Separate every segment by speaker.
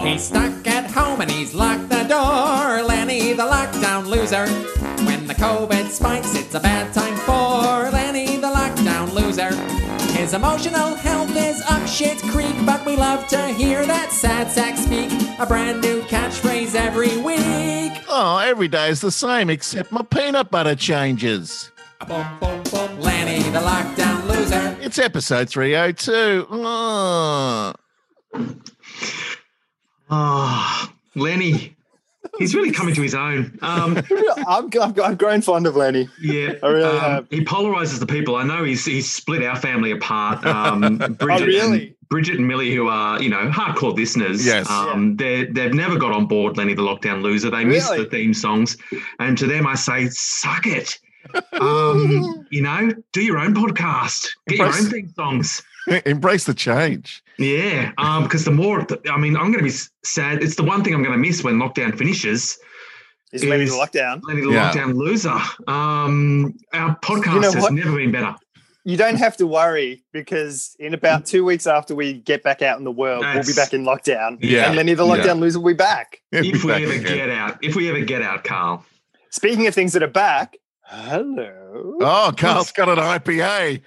Speaker 1: He's stuck at home and he's locked the door. Lenny the lockdown loser. When the COVID spikes, it's a bad time for Lenny the lockdown loser. His emotional health is up shit creek, but we love to hear that sad sack speak. A brand new catchphrase every week.
Speaker 2: Oh, every day is the same except my peanut butter changes.
Speaker 1: Lenny the lockdown loser.
Speaker 2: It's episode 302. Ugh.
Speaker 3: Oh, Lenny. He's really coming to his own. Um,
Speaker 4: I'm, I'm, I'm growing fond of Lenny.
Speaker 3: yeah,
Speaker 4: I really
Speaker 3: um,
Speaker 4: have.
Speaker 3: he polarizes the people. I know he's he's split our family apart. Um, Bridget,
Speaker 4: Oh, really?
Speaker 3: and, Bridget and Millie, who are you know hardcore listeners,
Speaker 2: Yes.
Speaker 3: um, they they've never got on board Lenny the Lockdown Loser. They miss
Speaker 4: Really?
Speaker 3: the theme songs, and to them I say, suck it. Um, you know, do your own podcast, get your own
Speaker 2: Impressive.
Speaker 3: theme songs.
Speaker 2: Embrace the change.
Speaker 3: Yeah, um, because the more, I mean, I'm going to be s- sad. It's the one thing I'm going to miss when lockdown finishes.
Speaker 4: Is Lenny the
Speaker 3: Is-
Speaker 4: lockdown?
Speaker 3: Lenny the
Speaker 2: Yeah.
Speaker 3: Lockdown Loser. Um, our podcast
Speaker 4: You know
Speaker 3: has
Speaker 4: what?
Speaker 3: never been better.
Speaker 4: You don't have to worry because in about two weeks after we get back out in the world, we'll be
Speaker 3: That's-
Speaker 4: back in lockdown.
Speaker 3: Yeah.
Speaker 4: And Lenny the lockdown loser will be back.
Speaker 2: Yeah,
Speaker 3: If we
Speaker 2: back
Speaker 3: ever
Speaker 2: again.
Speaker 3: get out, if we ever get out, Carl.
Speaker 4: Speaking of things that are back, hello.
Speaker 2: Oh, Carl's got an IPA.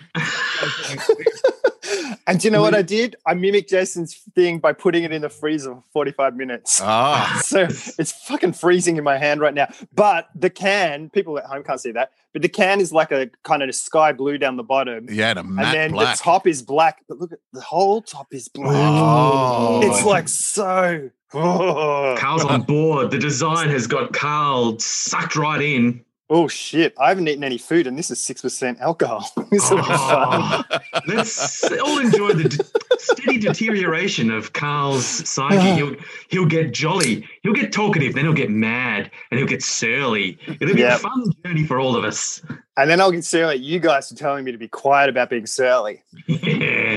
Speaker 3: Oh.
Speaker 4: and do you know what I did? I mimicked Jason's thing by putting it in the freezer for 45 minutes.
Speaker 3: Oh.
Speaker 2: Ah,
Speaker 4: so it's fucking freezing in my hand right now. But the can, people at home can't see that, but the can is like a kind of sky blue down the bottom.
Speaker 2: yeah, and a matte
Speaker 4: and then
Speaker 2: black.
Speaker 4: the top is black, but look at the whole top is black.
Speaker 2: Oh.
Speaker 4: It's like so. Oh,
Speaker 3: Carl's on board. The design has got Carl sucked right in.
Speaker 4: shit! I haven't eaten any food, and this is six percent alcohol. This will be fun.
Speaker 3: Oh, let's all enjoy the de- steady deterioration of Carl's
Speaker 4: Ah.
Speaker 3: psyche. He'll, he'll get jolly, he'll get talkative, then he'll get mad, and he'll get surly. It'll be
Speaker 4: Yep.
Speaker 3: a fun journey for all of us.
Speaker 4: And then I'll get surly. You guys for telling me to be quiet about being surly.
Speaker 3: Yeah,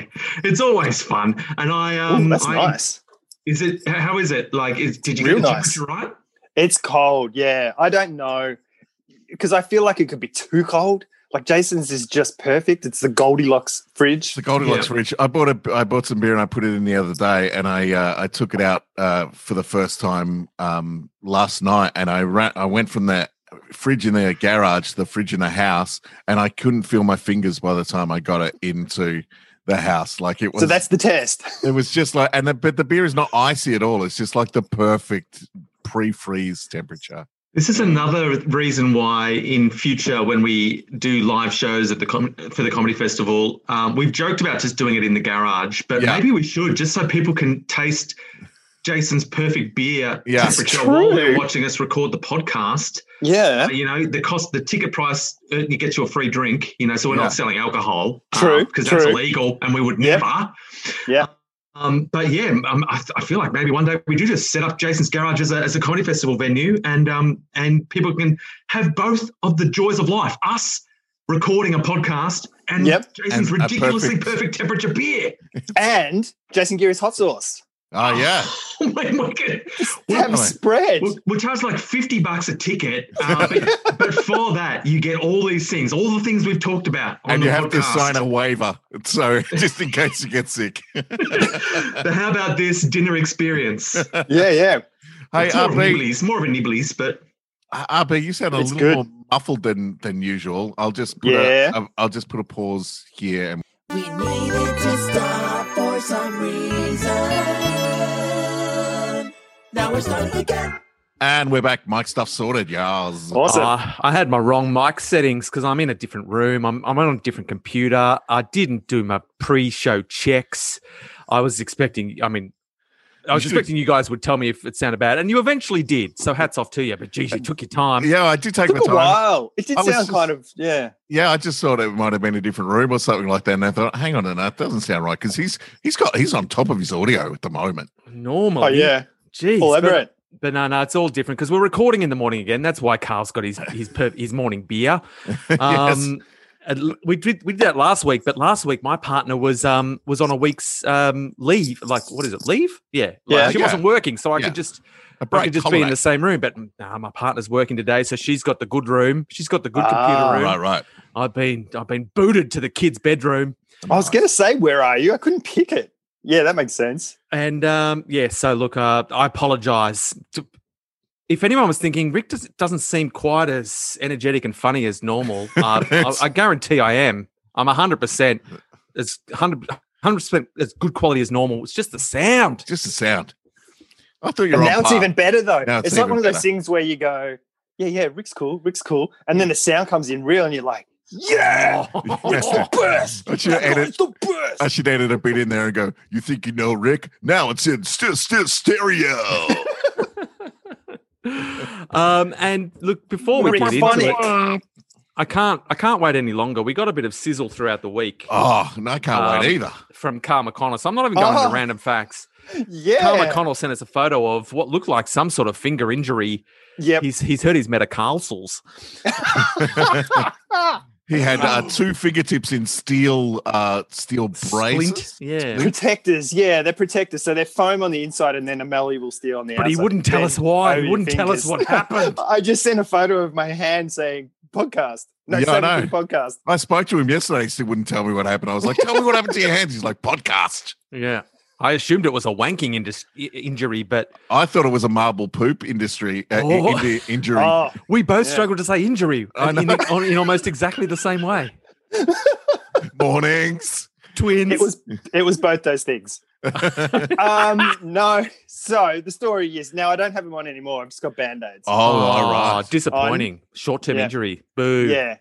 Speaker 3: it's always fun. And I,
Speaker 4: Ooh,
Speaker 3: um,
Speaker 4: that's
Speaker 3: I,
Speaker 4: nice.
Speaker 3: Is it? h- How is it? Like, is, did you
Speaker 4: Real
Speaker 3: get the
Speaker 4: nice.
Speaker 3: temperature right?
Speaker 4: It's cold. Yeah, I don't know because I feel like it could be too cold. Like Jason's is just perfect. It's the Goldilocks fridge.
Speaker 2: the Goldilocks
Speaker 3: Yeah.
Speaker 2: Ridge. I bought a I bought some beer and I put it in the other day and I uh, I took it out uh, for the first time um, last night and I ran I went from the fridge in the garage to the fridge in the house and I couldn't feel my fingers by the time I got it into the house like it was
Speaker 4: So that's the test.
Speaker 2: it was just like and the, but the beer is not icy at all it's just like the perfect pre-freeze temperature
Speaker 3: This
Speaker 4: Mm.
Speaker 3: is another reason why, in future, when we do live shows at the com- for the comedy festival, um, we've joked about just doing it in the garage, but
Speaker 2: Yeah.
Speaker 3: maybe we should just so people can taste Jason's perfect beer
Speaker 2: Yeah. It's
Speaker 3: temperature while they're
Speaker 4: true.
Speaker 3: watching us record the podcast.
Speaker 4: Yeah.
Speaker 3: You know, the cost, the ticket price, uh, you get your free drink. You know, so we're
Speaker 2: Yeah.
Speaker 3: not selling alcohol.
Speaker 4: True,
Speaker 3: because that's
Speaker 4: true.
Speaker 3: illegal, and we would
Speaker 4: Yep.
Speaker 3: never.
Speaker 4: Yeah.
Speaker 3: Um, but yeah, um, I, I feel like maybe one day we do just set up Jason's Garage as a, as a comedy festival venue, and um, and people can have both of the joys of life: us recording a podcast and
Speaker 4: Yep.
Speaker 3: Jason's
Speaker 2: And a
Speaker 3: ridiculously
Speaker 2: perfect-
Speaker 3: perfect. temperature beer.
Speaker 4: And Jason Geary's hot sauce.
Speaker 2: oh yeah
Speaker 3: oh my, my goodness. We'll-
Speaker 4: Have
Speaker 2: Definitely.
Speaker 4: spread.
Speaker 3: We'll, we'll charge like 50 bucks a ticket. Um, but, but for that, you get all these things, all the things we've talked about. On
Speaker 2: and
Speaker 3: the
Speaker 2: you have to
Speaker 3: podcast.
Speaker 2: sign a waiver so just in case you get sick
Speaker 3: but how about this dinner experience? Hey,
Speaker 4: yeah, yeah.
Speaker 2: hey
Speaker 3: it's more, of a
Speaker 2: RB,
Speaker 3: nibblies, more of a nibblies, but
Speaker 2: Uh, but you sound a
Speaker 4: It's
Speaker 2: little
Speaker 4: good.
Speaker 2: more muffled than than usual. I'll just put
Speaker 4: Yeah.
Speaker 2: a, I'll- I'll just put a pause here. And
Speaker 5: We needed to stop for some reason. Now we're starting again.
Speaker 2: and we're back. Mic stuff sorted, y'all.
Speaker 4: Awesome.
Speaker 1: Ah, I had my wrong mic settings because I'm in a different room. I'm, I'm on a different computer. I didn't do my pre show checks. I was expecting, I mean, I was
Speaker 2: You should-
Speaker 1: expecting you guys would tell me if it sounded bad, and you eventually did. So hats off to you. But geez, you took your time.
Speaker 2: Yeah, I did take
Speaker 4: took
Speaker 2: my
Speaker 4: a
Speaker 2: time.
Speaker 4: while. It did
Speaker 2: I was
Speaker 4: sound
Speaker 2: just-
Speaker 4: kind of yeah.
Speaker 2: Yeah, I just thought it might have been a different room or something like that. And I thought, hang on, a minute, that doesn't sound right because he's he's got he's on top of his audio at the moment.
Speaker 1: Normally,
Speaker 4: Oh yeah,
Speaker 1: geez, but,
Speaker 4: elaborate.
Speaker 1: but no, no, it's all different because we're recording in the morning again. That's why Carl's got his his per- his morning beer. Um, and l- we did we did that last week, but last week my partner was um was on a week's um leave. Like what is it? Leave? Yeah, like,
Speaker 4: Yeah.
Speaker 1: She
Speaker 2: Yeah.
Speaker 1: wasn't working, so I
Speaker 2: Yeah.
Speaker 1: could just
Speaker 2: A
Speaker 1: I
Speaker 2: break,
Speaker 1: could just be in the same room. But nah, my partner's working today, so she's got the good room. She's got the good
Speaker 4: Ah.
Speaker 1: computer room.
Speaker 2: right, right.
Speaker 1: I've been I've been booted to the kids' bedroom.
Speaker 4: I was gonna say, where are you? I couldn't pick it. Yeah, that makes sense.
Speaker 3: And um, yeah, so look, uh, I apologize. To, if anyone was thinking Rick does, doesn't seem quite as energetic and funny as normal, uh, I, I guarantee I am. I'm 100% as 100, 100% as good quality as normal. It's just the sound.
Speaker 2: Just the sound. I thought you were
Speaker 4: And
Speaker 2: on
Speaker 4: now it's
Speaker 2: par.
Speaker 4: even better though.
Speaker 2: Now it's
Speaker 4: It's, like
Speaker 2: even
Speaker 4: one of those
Speaker 2: better.
Speaker 4: things where you go, yeah, yeah, Rick's cool, Rick's cool, and then the sound comes in real, and you're like,
Speaker 3: Oh,
Speaker 4: yeah, it's the best.
Speaker 2: I should
Speaker 4: That
Speaker 2: edit-
Speaker 4: guy's the best.
Speaker 2: I should edit a bit in there and go, You think you know Rick? Now it's in st- st- stereo.
Speaker 3: um, and look, before we
Speaker 4: Rick
Speaker 3: get into
Speaker 4: Funny.
Speaker 3: it, I can't, I can't wait any longer. We got a bit of sizzle throughout the week
Speaker 2: oh, and I can't
Speaker 3: Um,
Speaker 2: wait either.
Speaker 3: from Carl McConnell. So I'm not even going
Speaker 4: Oh.
Speaker 3: into random facts. Carl
Speaker 4: Yeah,
Speaker 3: McConnell sent us a photo of what looked like some sort of finger injury.
Speaker 4: yep.
Speaker 3: He's he's hurt his metacarsals.
Speaker 2: He had uh, two fingertips in steel uh steel braces.
Speaker 3: um, Splint. Yeah.
Speaker 2: Splint.
Speaker 4: protectors. Yeah, they're protectors. So they're foam on the inside, and then a malleable steel on the
Speaker 3: But
Speaker 4: outside.
Speaker 3: he wouldn't tell
Speaker 4: Bend
Speaker 3: us why.
Speaker 4: over
Speaker 3: He
Speaker 4: your
Speaker 3: wouldn't tell us
Speaker 4: fingers.
Speaker 3: what happened.
Speaker 4: I just sent a photo of my hand saying podcast. No,
Speaker 2: Yeah, I
Speaker 4: yeah,
Speaker 2: know.
Speaker 4: podcast.
Speaker 2: I spoke to him yesterday. He still wouldn't tell me what happened. I was like, Tell me what happened to your hands. He's like, Podcast.
Speaker 3: Yeah. I assumed it was a wanking indus- i- injury, but
Speaker 2: I thought it was a marble poop industry uh, i-
Speaker 3: Oh.
Speaker 2: indi- injury.
Speaker 4: Oh,
Speaker 3: we both
Speaker 4: Yeah.
Speaker 3: struggled to say injury
Speaker 2: I
Speaker 3: in, in- on- in almost exactly the same way.
Speaker 2: Mornings.
Speaker 3: Twins.
Speaker 4: it was it was both those things. um, no. So the story is now I don't have them on anymore. I've just got band aids.
Speaker 2: Oh, all
Speaker 3: Ah,
Speaker 2: right.
Speaker 3: Disappointing. Short term
Speaker 4: Yeah.
Speaker 3: injury. Boo.
Speaker 4: Yeah.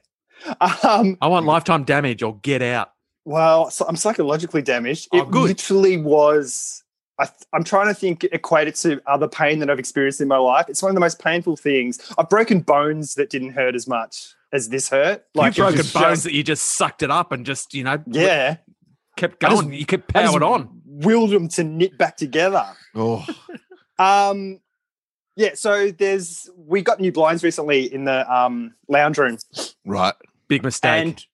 Speaker 4: Um,
Speaker 3: I want lifetime damage or get out.
Speaker 4: well, so I'm psychologically damaged.
Speaker 3: Oh,
Speaker 4: it
Speaker 3: good.
Speaker 4: literally was. I th- I'm trying to think, equate it to other pain that I've experienced in my life. It's one of the most painful things. I've broken bones that didn't hurt as much as this hurt.
Speaker 3: Like
Speaker 4: it
Speaker 3: broken
Speaker 4: was
Speaker 3: bones
Speaker 4: just-
Speaker 3: that you just sucked it up and just, you know,
Speaker 4: yeah.
Speaker 3: kept
Speaker 4: I just-
Speaker 3: going. you kept
Speaker 4: I just
Speaker 3: powered on.
Speaker 4: Willed them to knit back together.
Speaker 2: Oh,
Speaker 4: Um, yeah. So there's we got new blinds recently in the um, lounge room.
Speaker 2: right.
Speaker 3: Big mistake.
Speaker 4: And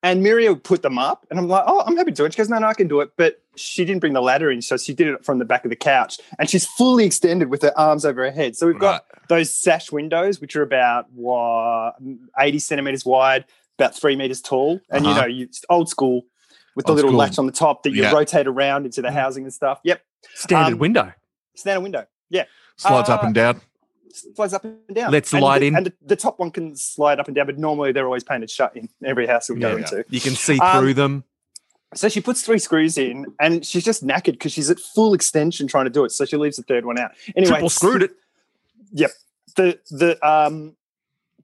Speaker 4: and Muriel put them up, and I'm like, oh, I'm happy to do it. She goes, no, no, I can do it. But she didn't bring the ladder in, so she did it from the back of the couch, and she's fully extended with her arms over her head. So we've got those sash windows, which are about what, 80 centimeters wide, about three meters tall, and
Speaker 2: Uh-huh.
Speaker 4: you know, you, it's old school with the
Speaker 2: Old
Speaker 4: little
Speaker 2: school.
Speaker 4: latch on the top that you
Speaker 2: Yeah. Mm.
Speaker 4: rotate around into the housing and stuff. Yep,
Speaker 3: Standard
Speaker 4: um,
Speaker 3: window.
Speaker 4: standard window. Yeah,
Speaker 2: Slides up
Speaker 4: Uh,
Speaker 2: and down.
Speaker 4: slides up and down.
Speaker 3: Let's
Speaker 4: and
Speaker 3: slide
Speaker 4: the,
Speaker 3: in.
Speaker 4: and the, the top one can slide up and down, but normally they're always painted shut in every house we go
Speaker 2: Yeah.
Speaker 4: into.
Speaker 3: You can see
Speaker 4: um,
Speaker 3: through them.
Speaker 4: So she puts three screws in and she's just knackered because she's at full extension trying to do it. So she leaves the third one out. Anyway,
Speaker 3: Triple screwed it.
Speaker 4: The the um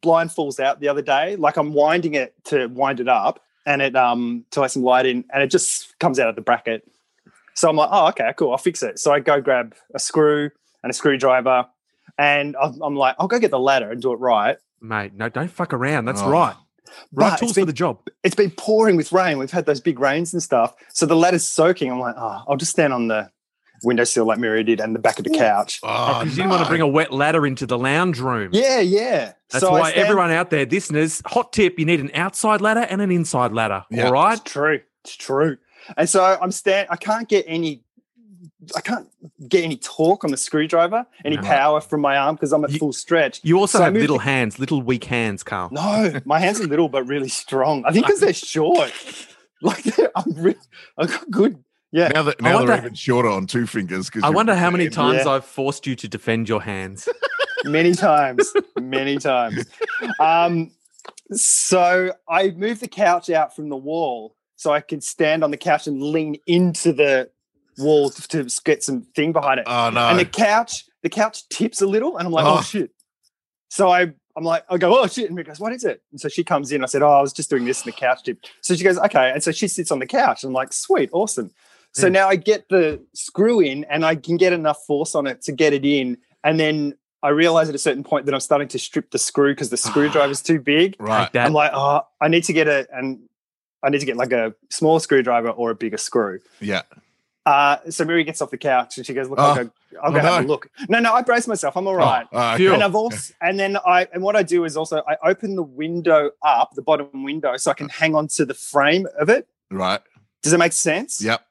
Speaker 4: blind falls out the other day. Like I'm winding it to wind it up and it um to let some light in and it just comes out of the bracket. So I'm like, oh okay, cool, I'll fix it. So I go grab a screw and a screwdriver and I'm, I'm like, I'll go get the ladder and do it right.
Speaker 3: Mate, no, don't fuck around. That's
Speaker 2: Oh.
Speaker 3: right.
Speaker 4: But
Speaker 3: Right
Speaker 4: it's
Speaker 3: tools for
Speaker 4: been-
Speaker 3: the job.
Speaker 4: it's been pouring with rain. We've had those big rains and stuff. So the ladder's soaking. I'm like, oh, I'll just stand on the windowsill like Mira did and the back of the couch.
Speaker 2: Oh,
Speaker 3: you didn't want to
Speaker 2: no.
Speaker 3: bring a wet ladder into the lounge room.
Speaker 4: Yeah, yeah.
Speaker 3: That's
Speaker 4: So I
Speaker 3: why
Speaker 4: stand-
Speaker 3: everyone out there, listeners, hot tip: you need an outside ladder and an inside ladder.
Speaker 2: Yeah.
Speaker 3: All right,
Speaker 4: It's true. It's true. And so I'm stand. I can't get any. I can't get any torque on the screwdriver, any
Speaker 3: No.
Speaker 4: power from my arm because I'm at
Speaker 3: You-
Speaker 4: full stretch.
Speaker 3: you also
Speaker 4: So I
Speaker 3: have
Speaker 4: moved
Speaker 3: little
Speaker 4: to-
Speaker 3: hands, little weak hands, Carl.
Speaker 4: No, my hands are little but really strong. I think because they're short. Like I'm, re- I've got good. Yeah.
Speaker 2: Now that now
Speaker 3: wonder-
Speaker 2: they're even shorter on two fingers. 'cause
Speaker 3: I
Speaker 2: you're-
Speaker 3: wonder how many
Speaker 2: Yeah.
Speaker 3: times
Speaker 4: Yeah.
Speaker 3: I've forced you to defend your hands.
Speaker 4: many times, many times. Um, so I moved the couch out from the wall so I could stand on the couch and lean into the wall to to get some thing behind it.
Speaker 2: Oh no!
Speaker 4: And the couch, the couch tips a little, and I'm like, oh,
Speaker 2: Oh.
Speaker 4: shit. So I, I'm like, I go, oh shit, and Mick goes, what is it? And so she comes in. I said, oh, I was just doing this, and the couch tipped. So she goes, okay, and so she sits on the couch. And I'm like, sweet, awesome. So
Speaker 3: Yeah.
Speaker 2: Hmm.
Speaker 4: now I get the screw in, and I can get enough force on it to get it in, and then I realize at a certain point that I'm starting to strip the screw because the screwdriver's too big.
Speaker 2: right.
Speaker 3: Like that.
Speaker 4: I'm like, oh, I need to get a and I need to get like a smaller screwdriver or a bigger screw.
Speaker 2: Yeah.
Speaker 4: Uh, so Mary gets off the couch and she goes, look, I'll
Speaker 2: Oh.
Speaker 4: go, I'll
Speaker 2: Oh,
Speaker 4: go have a
Speaker 2: no.
Speaker 4: look. No, no, I brace myself. I'm all
Speaker 2: Oh,
Speaker 4: right.
Speaker 2: all right,
Speaker 3: Phew.
Speaker 2: cool.
Speaker 4: And I've also, and then I, and what I do is also I open the window up, the bottom window, so I can hang on to the frame of it.
Speaker 2: Right.
Speaker 4: Does that make sense?
Speaker 2: Yep.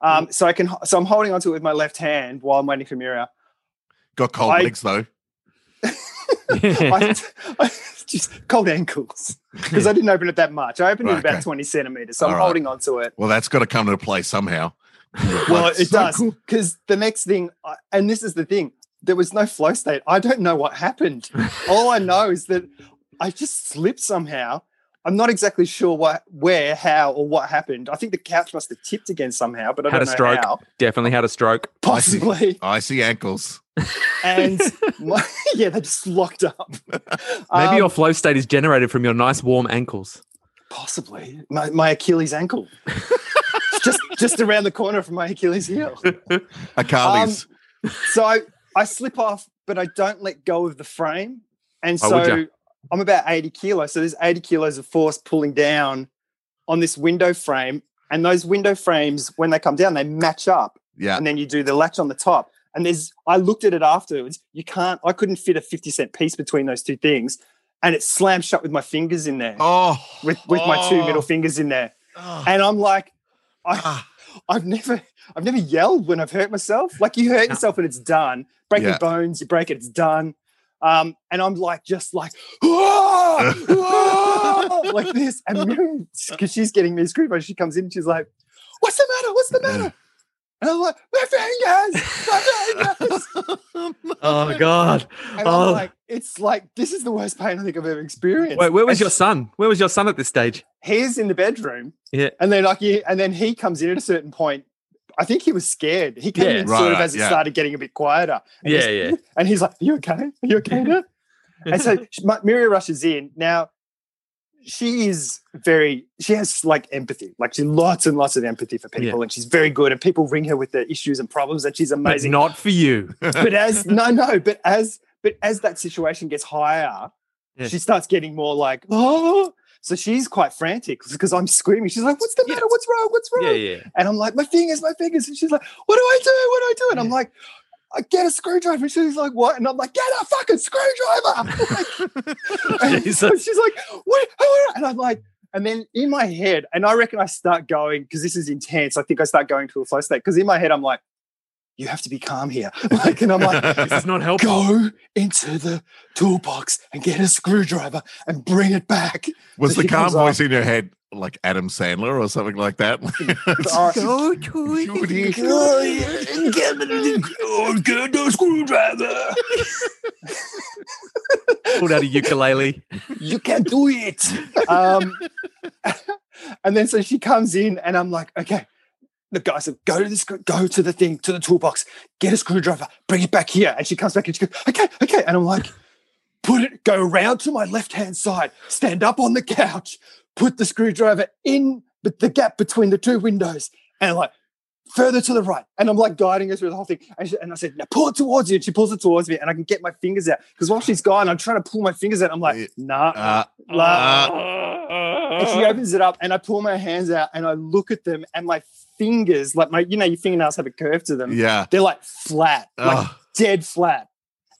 Speaker 4: Um, so I can, so I'm holding onto it with my left hand while I'm waiting for Mira.
Speaker 2: Got cold
Speaker 4: I-
Speaker 2: legs though.
Speaker 4: I, I just cold ankles because I didn't open it that much. I opened
Speaker 2: Right,
Speaker 4: it about
Speaker 2: okay.
Speaker 4: 20 centimeters, so
Speaker 2: All
Speaker 4: I'm
Speaker 2: right.
Speaker 4: holding onto it.
Speaker 2: Well, that's got to come into play somehow.
Speaker 4: Well,
Speaker 2: Like,
Speaker 4: it
Speaker 2: so
Speaker 4: does
Speaker 2: cool.
Speaker 4: because the next thing, I- and this is the thing, there was no flow state. I don't know what happened. All I know is that I just slipped somehow. I'm not exactly sure what, where, how, or what happened. I think the couch must have tipped again somehow, but I
Speaker 3: Had
Speaker 4: don't
Speaker 3: a
Speaker 4: know
Speaker 3: stroke.
Speaker 4: how.
Speaker 3: Definitely had a stroke.
Speaker 2: I see.
Speaker 4: Possibly,
Speaker 2: Icy ankles.
Speaker 4: and my, yeah, they just locked up.
Speaker 3: Maybe
Speaker 4: Um,
Speaker 3: your flow state is generated from your nice warm ankles.
Speaker 4: Possibly my, my Achilles ankle, It's just just around the corner from my Achilles heel. Um,
Speaker 2: Akali's.
Speaker 4: So I, I slip off, but I don't let go of the frame, and
Speaker 3: Why
Speaker 4: so
Speaker 3: would
Speaker 4: I'm about eighty kilos. So there's eighty kilos of force pulling down on this window frame, and those window frames when they come down, they match up,
Speaker 2: yeah.
Speaker 4: and then you do the latch on the top. And there's I looked at it afterwards. You can't. I couldn't fit a fifty cent piece between those two things, and it slammed shut with my fingers in there,
Speaker 2: Oh.
Speaker 4: with with my two
Speaker 2: Oh.
Speaker 4: middle fingers in there.
Speaker 2: Oh.
Speaker 4: and I'm like, I,
Speaker 2: Ah.
Speaker 4: I've never, I've never yelled when I've hurt myself. Like you hurt yourself and it's done. Break
Speaker 2: Yeah.
Speaker 4: your bones, you break it, it's done. Um, and I'm like, just like, "Whoa! Whoa!" like this. And Miriam, because she's getting me screwed, she comes in, and she's like, "What's the matter? What's the matter?" And I'm like, "My fingers, my fingers."
Speaker 3: Oh God!
Speaker 4: And
Speaker 3: Oh.
Speaker 4: I'm like, "It's like this is the worst pain I think I've ever experienced."
Speaker 3: Wait, where was
Speaker 4: And
Speaker 3: your son? Where was your son at this stage?
Speaker 4: he's in the bedroom.
Speaker 3: Yeah.
Speaker 4: And then like you, and then he comes in at a certain point. I think he was scared. He came
Speaker 3: Yeah.
Speaker 4: in sort of
Speaker 2: Right,
Speaker 4: as it
Speaker 2: yeah.
Speaker 4: started getting a bit quieter. And
Speaker 3: Yeah,
Speaker 4: he's-
Speaker 3: yeah.
Speaker 4: And he's like, Are you okay? Are you okay now? and so she- Mi- Miria rushes in. Now, she is very, she has like empathy. Like she's lots and lots of empathy for people. And she's very good. And people ring her with their issues and problems. And she's
Speaker 3: But
Speaker 4: amazing
Speaker 3: not for you.
Speaker 4: but as no, no, but as but as that situation gets higher,
Speaker 3: Yeah.
Speaker 4: she starts getting more like, oh. So she's quite frantic because I'm screaming. She's like, "What's the
Speaker 3: Yeah.
Speaker 4: matter? What's wrong? What's wrong?"
Speaker 3: Yeah, yeah.
Speaker 4: And I'm like, "My fingers, my fingers." And she's like, "What do I do? What do I do?" And I'm
Speaker 3: Yeah.
Speaker 4: like, "I get a screwdriver." And she's like, "What?" And I'm like, "Get a fucking screwdriver!" Like, and so
Speaker 3: Jesus.
Speaker 4: she's like, "What?" oh," And I'm like, and then in my head, and I reckon I start going because this is intense. I think I start going to a flow state because in my head I'm like, "You have to be calm here." Like, and I'm like,
Speaker 3: This is not helpful.
Speaker 4: go into the toolbox and get a screwdriver and bring it back.
Speaker 2: Was the
Speaker 4: So she
Speaker 2: calm
Speaker 4: comes
Speaker 2: voice in your head like Adam Sandler or something like that?
Speaker 4: Uh,
Speaker 2: Judy.
Speaker 4: oh,
Speaker 3: Pulled out a ukulele.
Speaker 4: you can't do it. Um, and then so she comes in, and I'm like, okay. The guy said, go to the screw- go to the thing, to the toolbox, get a screwdriver, bring it back here. And she comes back and she goes, okay, okay. And I'm like, put it, go round to my left hand side, stand up on the couch, put the screwdriver in but the gap between the two windows, and like further to the right. And I'm like guiding her through the whole thing. And, she, and I said, now pull it towards you. And she pulls it towards me, and I can get my fingers out. Because while she's gone, I'm trying to pull my fingers out. I'm
Speaker 2: Yeah.
Speaker 4: like, nah,
Speaker 2: Uh,
Speaker 4: la- and she opens it up, and I pull my hands out and I look at them, and my fingers, like my, you know, your fingernails have a curve to them.
Speaker 2: yeah. Ah. Oh,
Speaker 4: They're like flat, like
Speaker 2: Ugh.
Speaker 4: dead flat.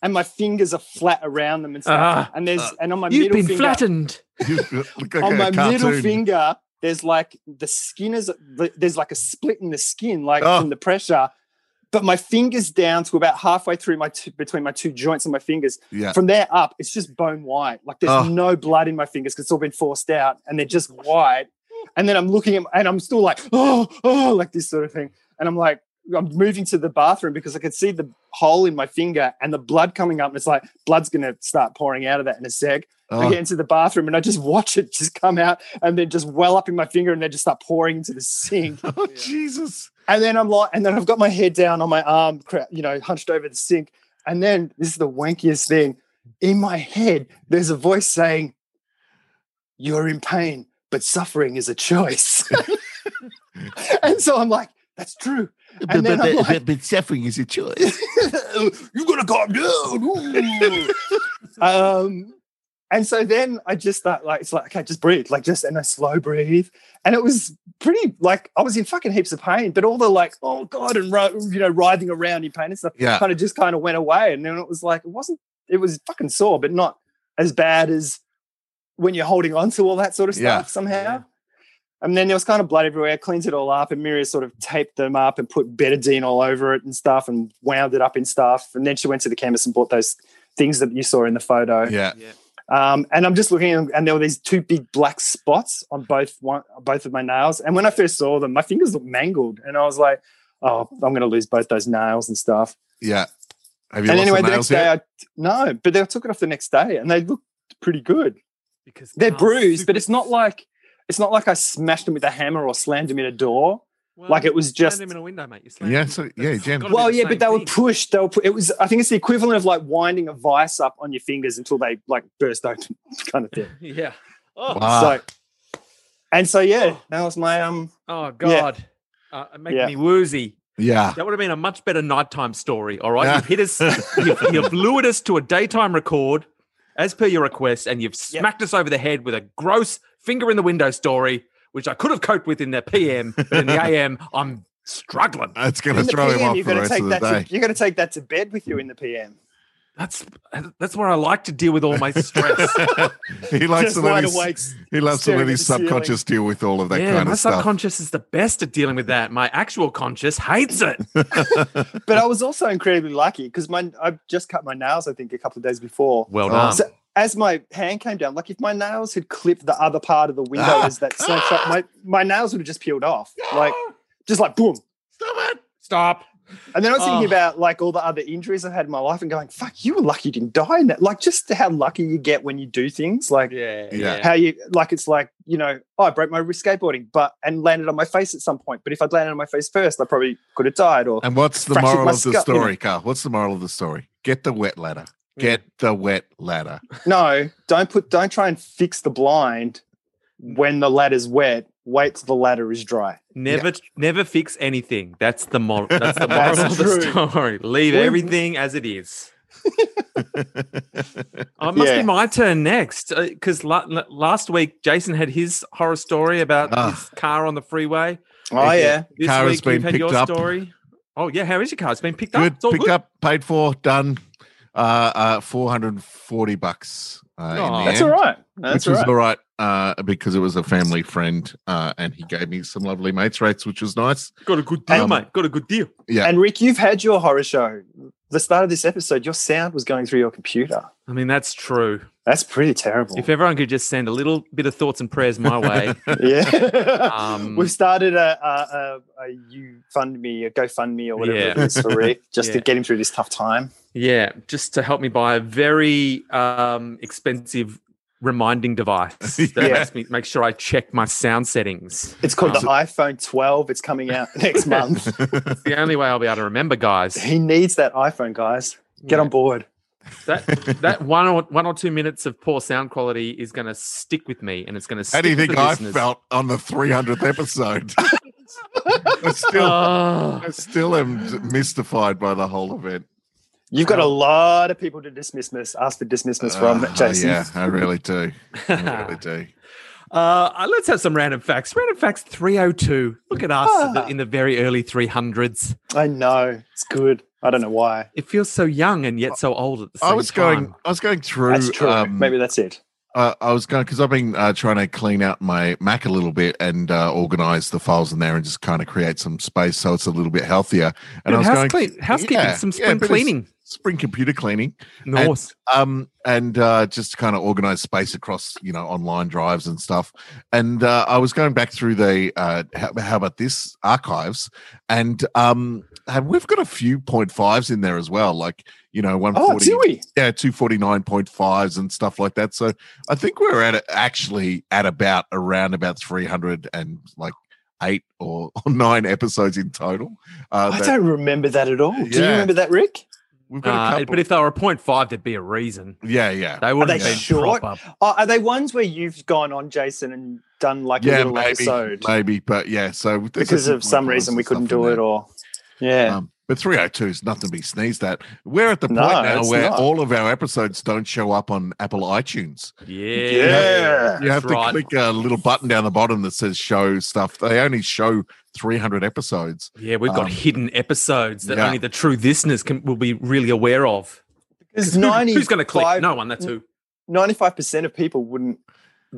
Speaker 4: And my fingers are flat around them and stuff.
Speaker 3: Ah.
Speaker 4: and there's, and on my
Speaker 3: You've
Speaker 4: middle
Speaker 3: been
Speaker 4: finger,
Speaker 3: flattened.
Speaker 2: You look like
Speaker 4: on
Speaker 2: a
Speaker 4: my middle
Speaker 2: cartoon.
Speaker 4: finger, there's like the skin is, there's like a split in the skin, like
Speaker 2: Oh.
Speaker 4: from the pressure. But my fingers down to about halfway through my two, between my two joints on my fingers,
Speaker 2: Yeah.
Speaker 4: from there up, it's just bone white. Like there's
Speaker 2: Oh.
Speaker 4: no blood in my fingers because it's all been forced out and they're just white. And then I'm looking at and I'm still like, oh, oh, like this sort of thing. And I'm like, I'm moving to the bathroom because I could see the hole in my finger and the blood coming up. And it's like, blood's going to start pouring out of that in a sec. I
Speaker 2: Oh,
Speaker 4: get into the bathroom and I just watch it just come out and then just well up in my finger and then just start pouring into the sink.
Speaker 2: Oh, Jesus.
Speaker 4: And then I'm like, and then I've got my head down on my arm, cra- you know, hunched over the sink. And then this is the wankiest thing. In my head, there's a voice saying, You're in pain, but suffering is a choice. and so I'm like, That's true.
Speaker 2: But,
Speaker 4: then I'm
Speaker 2: but-
Speaker 4: like-
Speaker 2: but suffering is a choice.
Speaker 4: You've got to calm down. Ooh. um, and so then I just start like, it's like, okay, just breathe, like just, and I slow breathe. And it was pretty, like, I was in fucking heaps of pain, but all the like, oh God, and, ri- you know, writhing around in pain and stuff
Speaker 2: Yeah.
Speaker 4: kind of just kind of went away. And then it was like, it wasn't, it was fucking sore, but not as bad as when you're holding on to all that sort of
Speaker 2: Yeah.
Speaker 4: stuff somehow.
Speaker 3: Yeah.
Speaker 4: And then there was kind of blood everywhere, cleans it all up, and Miria sort of taped them up and put betadine all over it and stuff and wound it up in stuff. And then she went to the chemist and bought those things that you saw in the photo.
Speaker 2: Yeah.
Speaker 4: Um, and I'm just looking, at them, and there were these two big black spots on both one, both of my nails. And when I first saw them, my fingers looked mangled, and I was like, oh, I'm going to lose both those nails and stuff.
Speaker 2: Yeah. Have you
Speaker 4: And
Speaker 2: lost
Speaker 4: anyway,
Speaker 2: the
Speaker 4: the
Speaker 2: nails
Speaker 4: next
Speaker 2: yet?
Speaker 4: day, I, no, but they took it off the next day, and they looked pretty good.
Speaker 3: Because
Speaker 4: They're
Speaker 3: Carl's
Speaker 4: bruised,
Speaker 3: Oh, super-
Speaker 4: but it's not like it's not like I smashed them with a hammer or slammed them in a door.
Speaker 3: Well,
Speaker 4: like it
Speaker 3: you
Speaker 4: was
Speaker 3: slammed
Speaker 4: just-
Speaker 3: him in a window, mate. You slammed
Speaker 2: yeah,
Speaker 3: him.
Speaker 2: so, yeah,
Speaker 3: That's
Speaker 2: Jen.
Speaker 3: gotta be
Speaker 4: Well,
Speaker 3: the
Speaker 4: yeah, but
Speaker 3: same
Speaker 4: they were
Speaker 3: thing.
Speaker 4: pushed. They were. Pu- it was. I think it's the equivalent of like winding a vice up on your fingers until they like burst open, kind of thing.
Speaker 3: Yeah. Oh,
Speaker 2: Wow. Ah.
Speaker 4: So, and so yeah, that was my um.
Speaker 3: oh, God. Uh, it makes
Speaker 4: Yeah.
Speaker 3: me woozy.
Speaker 2: Yeah.
Speaker 3: That would have been a much better nighttime story. All right.
Speaker 2: Yeah.
Speaker 3: You've hit us, you've, you've lured us to a daytime record as per your request, and you've
Speaker 4: Yeah.
Speaker 3: smacked us over the head with a gross finger in the window story, which I could have coped with in the PM, but in the AM, I'm struggling.
Speaker 2: That's going to
Speaker 4: In the
Speaker 2: throw him
Speaker 4: PM,
Speaker 2: off
Speaker 4: you're
Speaker 2: for the
Speaker 4: going to
Speaker 2: rest
Speaker 4: take
Speaker 2: of the
Speaker 4: that. To,
Speaker 2: day.
Speaker 4: you're going to take that to bed with you in the PM.
Speaker 3: That's that's where I like to deal with all my stress.
Speaker 2: he likes
Speaker 4: Just
Speaker 2: to let
Speaker 4: wide
Speaker 2: his,
Speaker 4: awake.
Speaker 2: he loves to
Speaker 4: staring
Speaker 2: let
Speaker 4: at
Speaker 2: his
Speaker 4: the ceiling.
Speaker 2: subconscious deal with all of that
Speaker 3: yeah,
Speaker 2: kind
Speaker 3: my
Speaker 2: of stuff.
Speaker 3: subconscious is the best at dealing with that. My actual conscious hates it.
Speaker 4: But I was also incredibly lucky because my I just cut my nails. I think a couple of days before.
Speaker 3: Well
Speaker 2: Oh.
Speaker 3: done.
Speaker 4: So as my hand came down, like if my nails had clipped the other part of the window as that slam shot, my my nails would have just peeled off, like just like boom.
Speaker 2: Stop it.
Speaker 3: Stop.
Speaker 4: And then I was thinking
Speaker 3: Oh.
Speaker 4: about like all the other injuries I've had in my life and going, fuck, you were lucky you didn't die in that. Like just how lucky you get when you do things. Like
Speaker 3: Yeah.
Speaker 2: Yeah.
Speaker 4: how you like it's like, you know, oh, I broke my wrist skateboarding, but and landed on my face at some point. But if I'd landed on my face first, I probably could have died. Or
Speaker 2: And what's the
Speaker 4: Fractured
Speaker 2: moral
Speaker 4: my
Speaker 2: of the
Speaker 4: skull, you know.
Speaker 2: story, Carl? What's the moral of the story? Get the wet ladder. Get the wet ladder.
Speaker 4: no, don't put don't try and fix the blind when the ladder's wet. Wait till the ladder is dry.
Speaker 3: Never, never fix anything. That's the moral. That's the moral
Speaker 4: That's
Speaker 3: of the
Speaker 4: true.
Speaker 3: story. Leave
Speaker 4: We-
Speaker 3: everything as it is. Oh, it must
Speaker 4: Yeah.
Speaker 3: be my turn next uh, because last week Jason had his horror story about
Speaker 2: Ah.
Speaker 3: his car on the freeway.
Speaker 4: Oh yeah.
Speaker 3: This
Speaker 2: Car has
Speaker 3: week you've
Speaker 2: been
Speaker 3: had
Speaker 2: picked
Speaker 3: your
Speaker 2: up.
Speaker 3: story. Oh yeah, how is your car? It's been picked up.
Speaker 2: good.
Speaker 3: It's all
Speaker 2: Picked
Speaker 3: good.
Speaker 2: up, paid for, done. Uh, uh, 440 bucks. Uh, in
Speaker 3: Oh,
Speaker 2: the
Speaker 4: That's
Speaker 2: end.
Speaker 4: all right. That's
Speaker 2: which
Speaker 4: all
Speaker 2: was
Speaker 4: right.
Speaker 2: all right uh, because it was a family friend uh, and he gave me some lovely mates rates, which was nice.
Speaker 3: Got a good deal,
Speaker 2: Um,
Speaker 3: mate. Got a good deal.
Speaker 2: Yeah.
Speaker 4: And Rick, you've had your horror show. The start of this episode, your sound was going through your computer.
Speaker 3: I mean, that's true.
Speaker 4: That's pretty terrible.
Speaker 3: If everyone could just send a little bit of thoughts and prayers my way,
Speaker 4: yeah.
Speaker 3: Um,
Speaker 4: We've started a, a, a, a you fund me, a GoFundMe or whatever it
Speaker 3: Yeah.
Speaker 4: is for Rick, just
Speaker 3: Yeah.
Speaker 4: to get him through this tough time.
Speaker 3: yeah, just to help me buy a very um, expensive reminding device that
Speaker 2: Yeah.
Speaker 3: makes me make sure I check my sound settings.
Speaker 4: It's called the
Speaker 3: Um,
Speaker 4: iPhone 12. It's coming out next month.
Speaker 3: It's the only way I'll be able to remember, guys.
Speaker 4: He needs that iPhone, guys. Get on board.
Speaker 3: that that one or one or two minutes of poor sound quality is going to stick with me, and it's going to.
Speaker 2: How do you think I felt on the 300th episode? I still,
Speaker 3: Oh.
Speaker 2: I still am mystified by the whole event.
Speaker 4: You've got a lot of people to dismiss, miss, ask for dismissal from,
Speaker 2: Uh,
Speaker 4: Jason.
Speaker 2: Yeah, I really do. I really do.
Speaker 3: uh, let's have some random facts. Random facts three hundred two. Look at us in, the,
Speaker 4: Ah.
Speaker 3: in the very early three hundreds.
Speaker 4: I know. It's good. I don't know why.
Speaker 3: It feels so young and yet so old at the same
Speaker 2: I was going.
Speaker 3: time.
Speaker 2: I was going through.
Speaker 4: That's true.
Speaker 2: um,
Speaker 4: Maybe that's it.
Speaker 2: Uh, I was going because I've been uh, trying to clean out my Mac a little bit and uh, organize the files in there and just kind of create some space so it's a little bit healthier. And I
Speaker 3: Good
Speaker 2: was
Speaker 3: house
Speaker 2: going
Speaker 3: clean, housekeeping,
Speaker 2: yeah, yeah,
Speaker 3: some
Speaker 2: a
Speaker 3: spring
Speaker 2: bit of
Speaker 3: cleaning.
Speaker 2: spring computer cleaning,
Speaker 3: Nice.
Speaker 2: um, and uh, just to kind of organize space across you know online drives and stuff. And uh, I was going back through the uh, how, how about this archives, and um, and we've got a few point fives in there as well, like you know one
Speaker 4: Oh,
Speaker 2: forty
Speaker 4: do we?
Speaker 2: yeah, two forty nine point fives and stuff like that. So I think we're at a- actually at about around about three hundred and like eight or, or nine episodes in total. Uh,
Speaker 4: I
Speaker 2: that
Speaker 4: don't remember that at all. Do you
Speaker 2: Yeah.
Speaker 4: remember that, Rick?
Speaker 2: we've got a
Speaker 3: Uh,
Speaker 2: couple.
Speaker 3: but if they were a point five, there'd be a reason.
Speaker 2: yeah, yeah,
Speaker 3: They would have
Speaker 4: they
Speaker 3: been
Speaker 4: short?
Speaker 3: proper.
Speaker 4: Oh, are they ones where you've gone on, Jason, and done like a
Speaker 2: yeah,
Speaker 4: little
Speaker 2: maybe,
Speaker 4: episode
Speaker 2: maybe, but yeah. So there's a
Speaker 4: because
Speaker 2: few
Speaker 4: of some
Speaker 2: 0.5s
Speaker 4: reason we
Speaker 2: and stuff
Speaker 4: couldn't
Speaker 2: in
Speaker 4: do
Speaker 2: there.
Speaker 4: it, or yeah,
Speaker 2: Um, but 302 is nothing to be sneezed at. We're at the point
Speaker 4: No,
Speaker 2: now
Speaker 4: it's
Speaker 2: where
Speaker 4: not.
Speaker 2: all of our episodes don't show up on Apple iTunes.
Speaker 3: Yeah,
Speaker 4: Yeah.
Speaker 2: you
Speaker 3: that's
Speaker 2: have to
Speaker 3: right.
Speaker 2: click a little button down the bottom that says show stuff. They only show 300 episodes.
Speaker 3: Yeah, we've got
Speaker 2: Um,
Speaker 3: hidden episodes that
Speaker 2: yeah.
Speaker 3: only the true listeners can will be really aware of.
Speaker 4: because
Speaker 3: Who-
Speaker 4: ninety
Speaker 3: who's going to click? No one. That's who.
Speaker 4: ninety-five percent of people wouldn't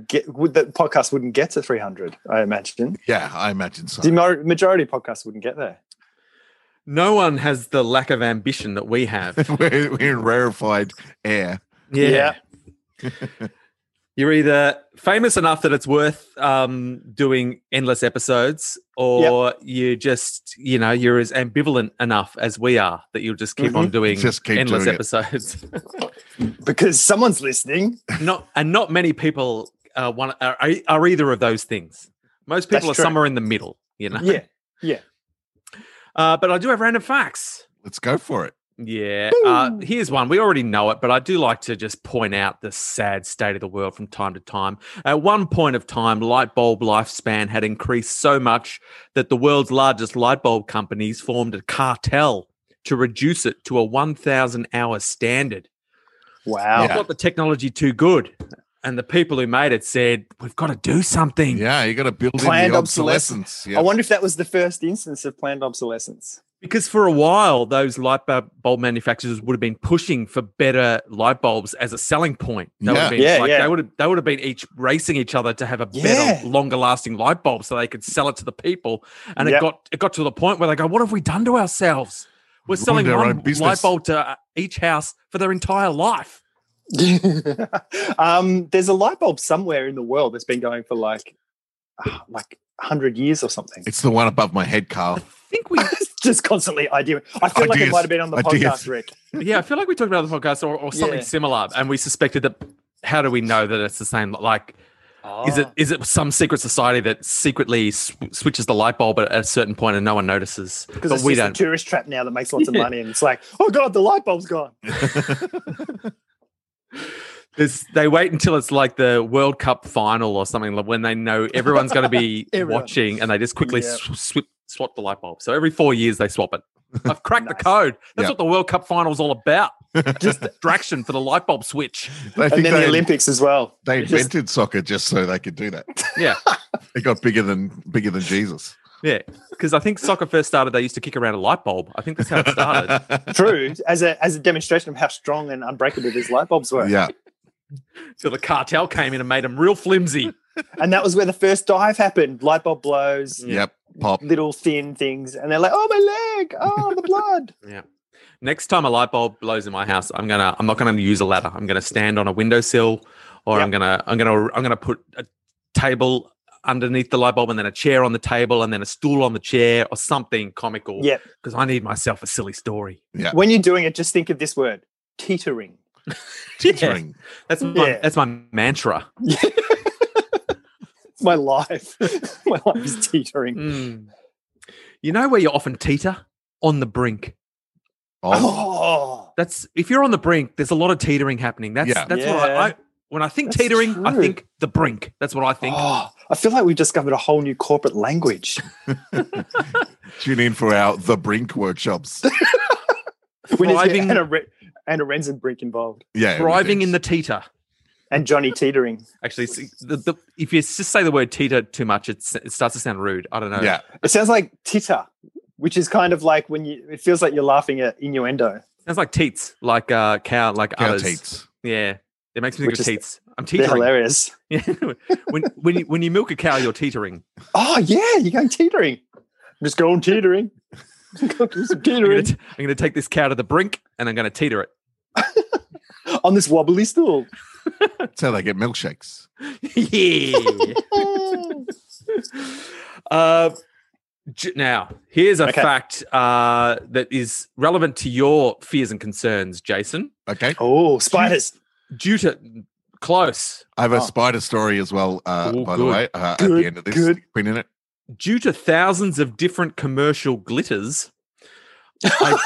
Speaker 4: get would that podcast wouldn't get to three hundred. I imagine
Speaker 2: Yeah, I imagine so.
Speaker 4: the mo- majority of podcasts wouldn't get there.
Speaker 3: No one has the lack of ambition that we have.
Speaker 2: we're, we're in rarefied air.
Speaker 3: Yeah. You're either famous enough that it's worth um, doing endless episodes, or you just, you know, you're as ambivalent enough as we are that you'll just keep on doing
Speaker 2: Mm-hmm. Just keep
Speaker 3: endless
Speaker 2: doing it.
Speaker 3: episodes.
Speaker 4: because someone's listening.
Speaker 3: not and not many people uh, one are, are either of those things. Most people
Speaker 4: That's
Speaker 3: are
Speaker 4: true.
Speaker 3: somewhere in the middle, you know.
Speaker 4: Yeah.
Speaker 3: Uh, but I do have random facts.
Speaker 2: Let's go for it.
Speaker 3: Yeah. Uh, here's one. We already know it, but I do like to just point out the sad state of the world from time to time. At one point of time, light bulb lifespan had increased so much that the world's largest light bulb companies formed a cartel to reduce it to a 1,000 hour standard.
Speaker 4: Wow.
Speaker 3: They thought the technology too good. And the people who made it said, we've got to do something.
Speaker 2: Yeah, you got to build in
Speaker 4: Planned
Speaker 2: the
Speaker 4: obsolescence.
Speaker 2: obsolescence.
Speaker 4: I
Speaker 2: Yeah.
Speaker 4: wonder if that was the first instance of planned obsolescence.
Speaker 3: Because for a while, those light bu- bulb manufacturers would have been pushing for better light bulbs as a selling point. They would have
Speaker 2: Yeah.
Speaker 3: been
Speaker 4: Yeah,
Speaker 3: like,
Speaker 4: yeah.
Speaker 3: They would have they would have been each racing each other to have a
Speaker 4: Yeah.
Speaker 3: better, longer lasting light bulb so they could sell it to the people. And it
Speaker 4: Yep.
Speaker 3: got it got to the point where they go, "What have we done to ourselves? We're
Speaker 2: Ruined
Speaker 3: selling
Speaker 2: our own
Speaker 3: one
Speaker 2: business."
Speaker 3: light bulb to uh, each house for their entire life."
Speaker 4: um, there's a light bulb somewhere in the world that's been going for like ah, like hundred years or something.
Speaker 2: It's the one above my head, Carl.
Speaker 3: I think we,
Speaker 4: It's just constantly idea. I feel like it
Speaker 2: Ideas.
Speaker 4: might have been on the
Speaker 2: Ideas.
Speaker 4: podcast, Rick.
Speaker 3: yeah, I feel like we talked about it on the podcast or, or something
Speaker 4: Yeah.
Speaker 3: similar, and we suspected that. How do we know that it's the same? Like, Is
Speaker 4: Ah.
Speaker 3: it is it some secret society that secretly sw- switches the light bulb at a certain point and no one notices?
Speaker 4: because
Speaker 3: But
Speaker 4: it's
Speaker 3: we
Speaker 4: just a
Speaker 3: don't.
Speaker 4: tourist trap now that makes lots of money, and it's like, oh god, the light bulb's gone.
Speaker 3: There's- they wait until it's like the World Cup final or something like when they know everyone's going to be
Speaker 4: Everyone.
Speaker 3: watching, and they just quickly
Speaker 4: Yeah.
Speaker 3: sw- sw- swap the light bulb. So every four years they swap it. I've cracked
Speaker 4: Nice.
Speaker 3: the code. That's
Speaker 2: Yeah.
Speaker 3: what the World Cup final's all about.
Speaker 4: Just-
Speaker 3: Just distraction for the light bulb switch.
Speaker 2: They
Speaker 4: and
Speaker 2: think
Speaker 4: then
Speaker 2: they,
Speaker 4: the Olympics as well.
Speaker 2: they
Speaker 4: just-
Speaker 2: invented soccer just so they could do that.
Speaker 3: Yeah.
Speaker 2: It got bigger than bigger than Jesus.
Speaker 3: Yeah, because I think soccer first started. They used to kick around a light bulb. I think that's how it started.
Speaker 4: True, as a as a demonstration of how strong and unbreakable these light bulbs were.
Speaker 2: yeah.
Speaker 3: Till the cartel came in and made them real flimsy.
Speaker 4: And that was where the first dive happened. Light bulb blows,
Speaker 2: Yep. Pop.
Speaker 4: little thin things, and they're like, oh my leg, oh the blood.
Speaker 3: Next time a light bulb blows in my house, I'm gonna I'm not gonna use a ladder. I'm gonna stand on a windowsill, or I'm gonna I'm gonna I'm gonna put a table underneath the light bulb, and then a chair on the table, and then a stool on the chair, or something comical.
Speaker 4: Yep.
Speaker 3: because I need myself a silly story.
Speaker 4: When you're doing it, just think of this word: teetering.
Speaker 2: Teetering.
Speaker 3: Yeah, that's my,
Speaker 4: Yeah.
Speaker 3: that's my mantra.
Speaker 4: It's my life. my life is teetering.
Speaker 3: Mm. You know where you often teeter on the brink.
Speaker 2: Oh,
Speaker 4: Oh,
Speaker 3: That's if you're on the brink. There's a lot of teetering happening. That's
Speaker 2: Yeah.
Speaker 3: that's what
Speaker 4: Yeah.
Speaker 3: I, I when I think
Speaker 4: That's
Speaker 3: teetering, I
Speaker 4: true.
Speaker 3: think the brink. That's what I think.
Speaker 4: Oh, I feel like we've discovered a whole new corporate language.
Speaker 3: Oh.
Speaker 2: tune in for our The Brink workshops.
Speaker 4: We need to get
Speaker 3: Thriving-
Speaker 4: Anna, Re- Anna Renzenbrink involved
Speaker 2: Yeah.
Speaker 3: Thriving in the teeter.
Speaker 4: and Johnny Teetering.
Speaker 3: Actually, see, the, the, if you just say the word teeter too much, it, it starts to sound rude. I don't know.
Speaker 2: Yeah.
Speaker 4: It sounds like titter, which is kind of like when you, it feels like you're laughing at innuendo.
Speaker 3: sounds like teats, like uh, cow, like
Speaker 2: Cow
Speaker 3: others.
Speaker 2: teats.
Speaker 3: Yeah, it makes me think
Speaker 4: Which
Speaker 3: of
Speaker 4: is-
Speaker 3: teats. I'm
Speaker 4: They're
Speaker 3: teetering.
Speaker 4: hilarious.
Speaker 3: Yeah. when when you, when you milk a cow, you're teetering.
Speaker 4: Oh, yeah, you're going teetering. I'm just going teetering. Go do some
Speaker 3: I'm gonna,
Speaker 4: teetering
Speaker 3: t- I'm gonna take this cow to the brink, and I'm gonna teeter it.
Speaker 4: on this wobbly stool.
Speaker 2: That's how they get milkshakes.
Speaker 3: yeah. Uh, j- now, here's a
Speaker 4: Okay.
Speaker 3: fact uh, that is relevant to your fears and concerns, Jason.
Speaker 2: Okay.
Speaker 4: Oh, spiders.
Speaker 3: Due to close,
Speaker 2: I have a
Speaker 4: Oh.
Speaker 2: spider story as well, uh,
Speaker 3: Ooh,
Speaker 2: by the
Speaker 3: Oh, good.
Speaker 2: way, uh, at
Speaker 4: Good,
Speaker 2: the end of this.
Speaker 4: good.
Speaker 2: Been in it.
Speaker 3: due to thousands of different commercial glitters,
Speaker 2: Oh,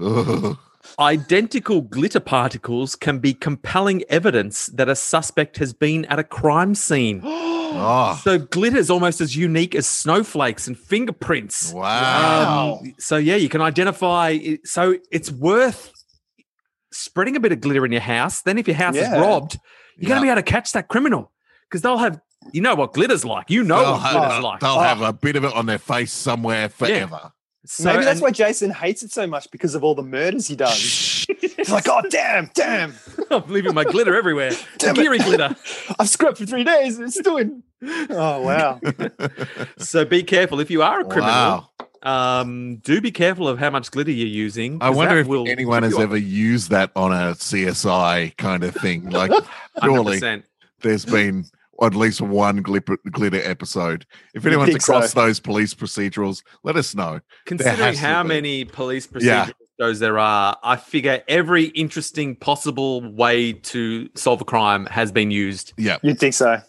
Speaker 2: oh.
Speaker 3: identical glitter particles can be compelling evidence that a suspect has been at a crime scene.
Speaker 2: Oh,
Speaker 3: So glitter is almost as unique as snowflakes and fingerprints.
Speaker 2: wow.
Speaker 3: Um, so yeah, you can identify. So it's worth spreading a bit of glitter in your house. Then, if your house
Speaker 4: Yeah.
Speaker 3: is robbed, you're going
Speaker 2: Yeah.
Speaker 3: to be able to catch that criminal because they'll have. You know what glitter's like. You know
Speaker 2: they'll,
Speaker 3: what
Speaker 2: have,
Speaker 3: glitter's like.
Speaker 2: they'll
Speaker 4: Oh.
Speaker 2: have a bit of it on their face somewhere forever.
Speaker 3: So-
Speaker 4: Maybe that's
Speaker 3: and-
Speaker 4: why Jason hates it so much because of all the murders he does. He's like, oh, damn, damn.
Speaker 3: I'm leaving my glitter everywhere.
Speaker 4: Damn it.
Speaker 3: Geary glitter.
Speaker 4: I've scrubbed for three days and it's doing. Oh, wow.
Speaker 3: So be careful if you are a criminal.
Speaker 2: Wow.
Speaker 3: Um, do be careful of how much glitter you're using.
Speaker 2: I
Speaker 3: 'cause
Speaker 2: wonder
Speaker 3: that
Speaker 2: if
Speaker 3: will
Speaker 2: anyone
Speaker 3: trip
Speaker 2: has
Speaker 3: you up.
Speaker 2: ever used that on a CSI kind of thing. Like, surely
Speaker 3: 100%.
Speaker 2: there's been at least one glitter, glitter episode. If anyone's
Speaker 4: think so?
Speaker 2: across those police procedurals, let us know.
Speaker 3: Considering
Speaker 2: has to
Speaker 3: how
Speaker 2: be.
Speaker 3: many police
Speaker 2: Yeah.
Speaker 3: procedural shows there are, I figure every interesting possible way to solve a crime has been used.
Speaker 2: Yeah,
Speaker 4: You'd think so.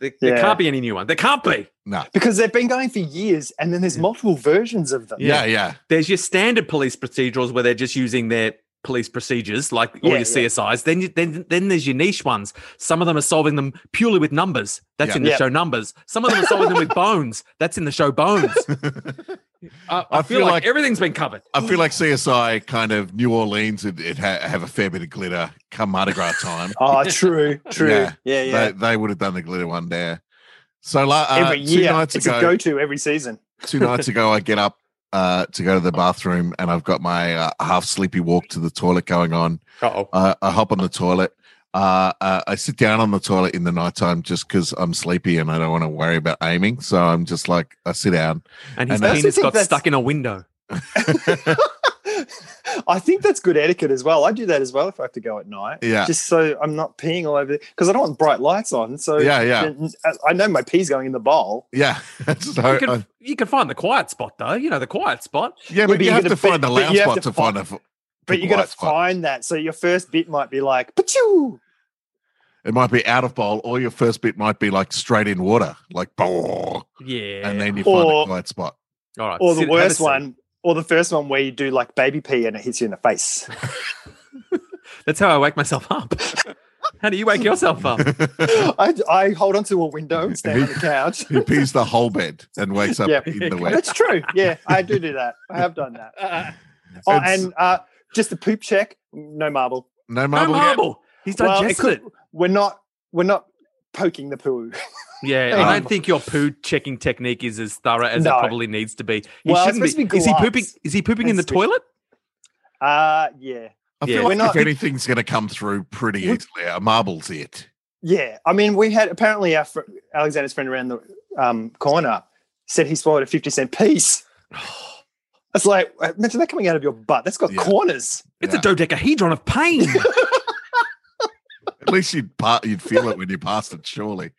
Speaker 3: There, there
Speaker 4: Yeah.
Speaker 3: can't be any new one. There can't be.
Speaker 2: no.
Speaker 4: Because they've been going for years and then there's multiple versions of them.
Speaker 2: Yeah, yeah.
Speaker 3: There's your standard police procedurals where they're just using their police procedures, like all
Speaker 4: Yeah,
Speaker 3: your
Speaker 4: yeah.
Speaker 3: CSIs. Then, you, then, then there's your niche ones. Some of them are solving them purely with numbers. That's
Speaker 2: Yeah.
Speaker 3: in the
Speaker 4: Yeah.
Speaker 3: show Numbers. Some of them are solving them with bones. That's in the show Bones. Uh, I, feel, like, everything's been covered.
Speaker 2: I feel like CSI kind of New Orleans, it, it ha- have a fair bit of glitter come Mardi Gras time.
Speaker 4: Oh, true, true.
Speaker 2: Yeah.
Speaker 4: Yeah, yeah.
Speaker 2: they, they would have done the glitter one there. So la- uh,
Speaker 4: every
Speaker 2: two
Speaker 4: year,
Speaker 2: nights
Speaker 4: it's
Speaker 2: ago,
Speaker 4: a go-to every season.
Speaker 2: two nights ago, I get up uh, to go to the bathroom and I've got my uh, half sleepy walk to the toilet going on.
Speaker 3: Oh,
Speaker 2: I, I hop on the toilet. Uh, uh, I sit down on the toilet in the nighttime just because I'm sleepy and I don't want to worry about aiming. So I'm just like, I sit down.
Speaker 3: and his
Speaker 2: And I also
Speaker 3: penis
Speaker 4: think
Speaker 3: got
Speaker 4: that's-
Speaker 3: stuck in a window.
Speaker 4: I think that's good etiquette as well. I do that as well if I have to go at night.
Speaker 2: Yeah.
Speaker 4: Just so I'm not peeing all over because I don't want bright lights on. So
Speaker 2: Yeah, yeah,
Speaker 4: then- I- I know my pee's going in the bowl.
Speaker 2: yeah. so,
Speaker 3: you, can,
Speaker 2: uh,
Speaker 3: you can find the quiet spot though. You know the quiet spot.
Speaker 2: yeah,
Speaker 4: Yeah,
Speaker 2: but
Speaker 4: but
Speaker 2: you
Speaker 4: you
Speaker 2: have
Speaker 4: gotta-
Speaker 2: to find the
Speaker 4: but- but
Speaker 2: loud
Speaker 4: you have
Speaker 2: spot
Speaker 4: to
Speaker 2: to find
Speaker 4: fi-
Speaker 2: a.
Speaker 4: But you got to
Speaker 2: spot.
Speaker 4: find that. So your first bit might be like, pachoo.
Speaker 2: It might be out of bowl, or your first bit might be like straight in water, like boom,
Speaker 3: Yeah.
Speaker 2: and then you find a
Speaker 4: Or-
Speaker 2: quiet spot.
Speaker 3: All right.
Speaker 4: Or
Speaker 3: sit-
Speaker 4: the
Speaker 3: have a
Speaker 4: worst
Speaker 3: seat.
Speaker 4: one, or the first one where you do like baby pee and it hits you in the face.
Speaker 3: That's how I wake myself up. how do you wake yourself up?
Speaker 4: I, I hold onto a window and stand on the couch.
Speaker 2: He pees the whole bed and wakes up
Speaker 4: Yeah.
Speaker 2: in the wet.
Speaker 4: That's true. Yeah, I do do that. I have done that. Oh,
Speaker 2: It's-
Speaker 4: and uh, just the poop check, no marble.
Speaker 2: no
Speaker 3: no
Speaker 2: marble. yet?
Speaker 3: marble. He's
Speaker 4: Well, it
Speaker 3: digested
Speaker 4: could-
Speaker 3: it.
Speaker 4: We're not we're not poking the poo.
Speaker 3: Yeah,
Speaker 4: Um,
Speaker 3: I don't think your poo checking technique is as thorough as it
Speaker 4: No.
Speaker 3: probably needs to be. He
Speaker 4: Well, it's
Speaker 3: shouldn't
Speaker 4: supposed to be
Speaker 3: Is he pooping?
Speaker 4: gloves.
Speaker 3: Is he pooping in the
Speaker 4: It's supposed-
Speaker 3: toilet?
Speaker 4: Uh yeah.
Speaker 2: I
Speaker 3: Yeah.
Speaker 2: feel
Speaker 4: We're
Speaker 2: like
Speaker 4: not-
Speaker 2: if anything's going to come through pretty
Speaker 4: We-
Speaker 2: easily, a marble's it.
Speaker 4: Yeah. I mean, we had apparently our fr- Alexander's friend around the um, corner said he swallowed a 50 cent piece. It's like, uh, imagine that coming out of your butt. That's got
Speaker 2: Yeah.
Speaker 4: corners.
Speaker 3: It's
Speaker 2: Yeah.
Speaker 3: a dodecahedron of pain.
Speaker 2: At least you'd pa- you'd feel it when you passed it, surely.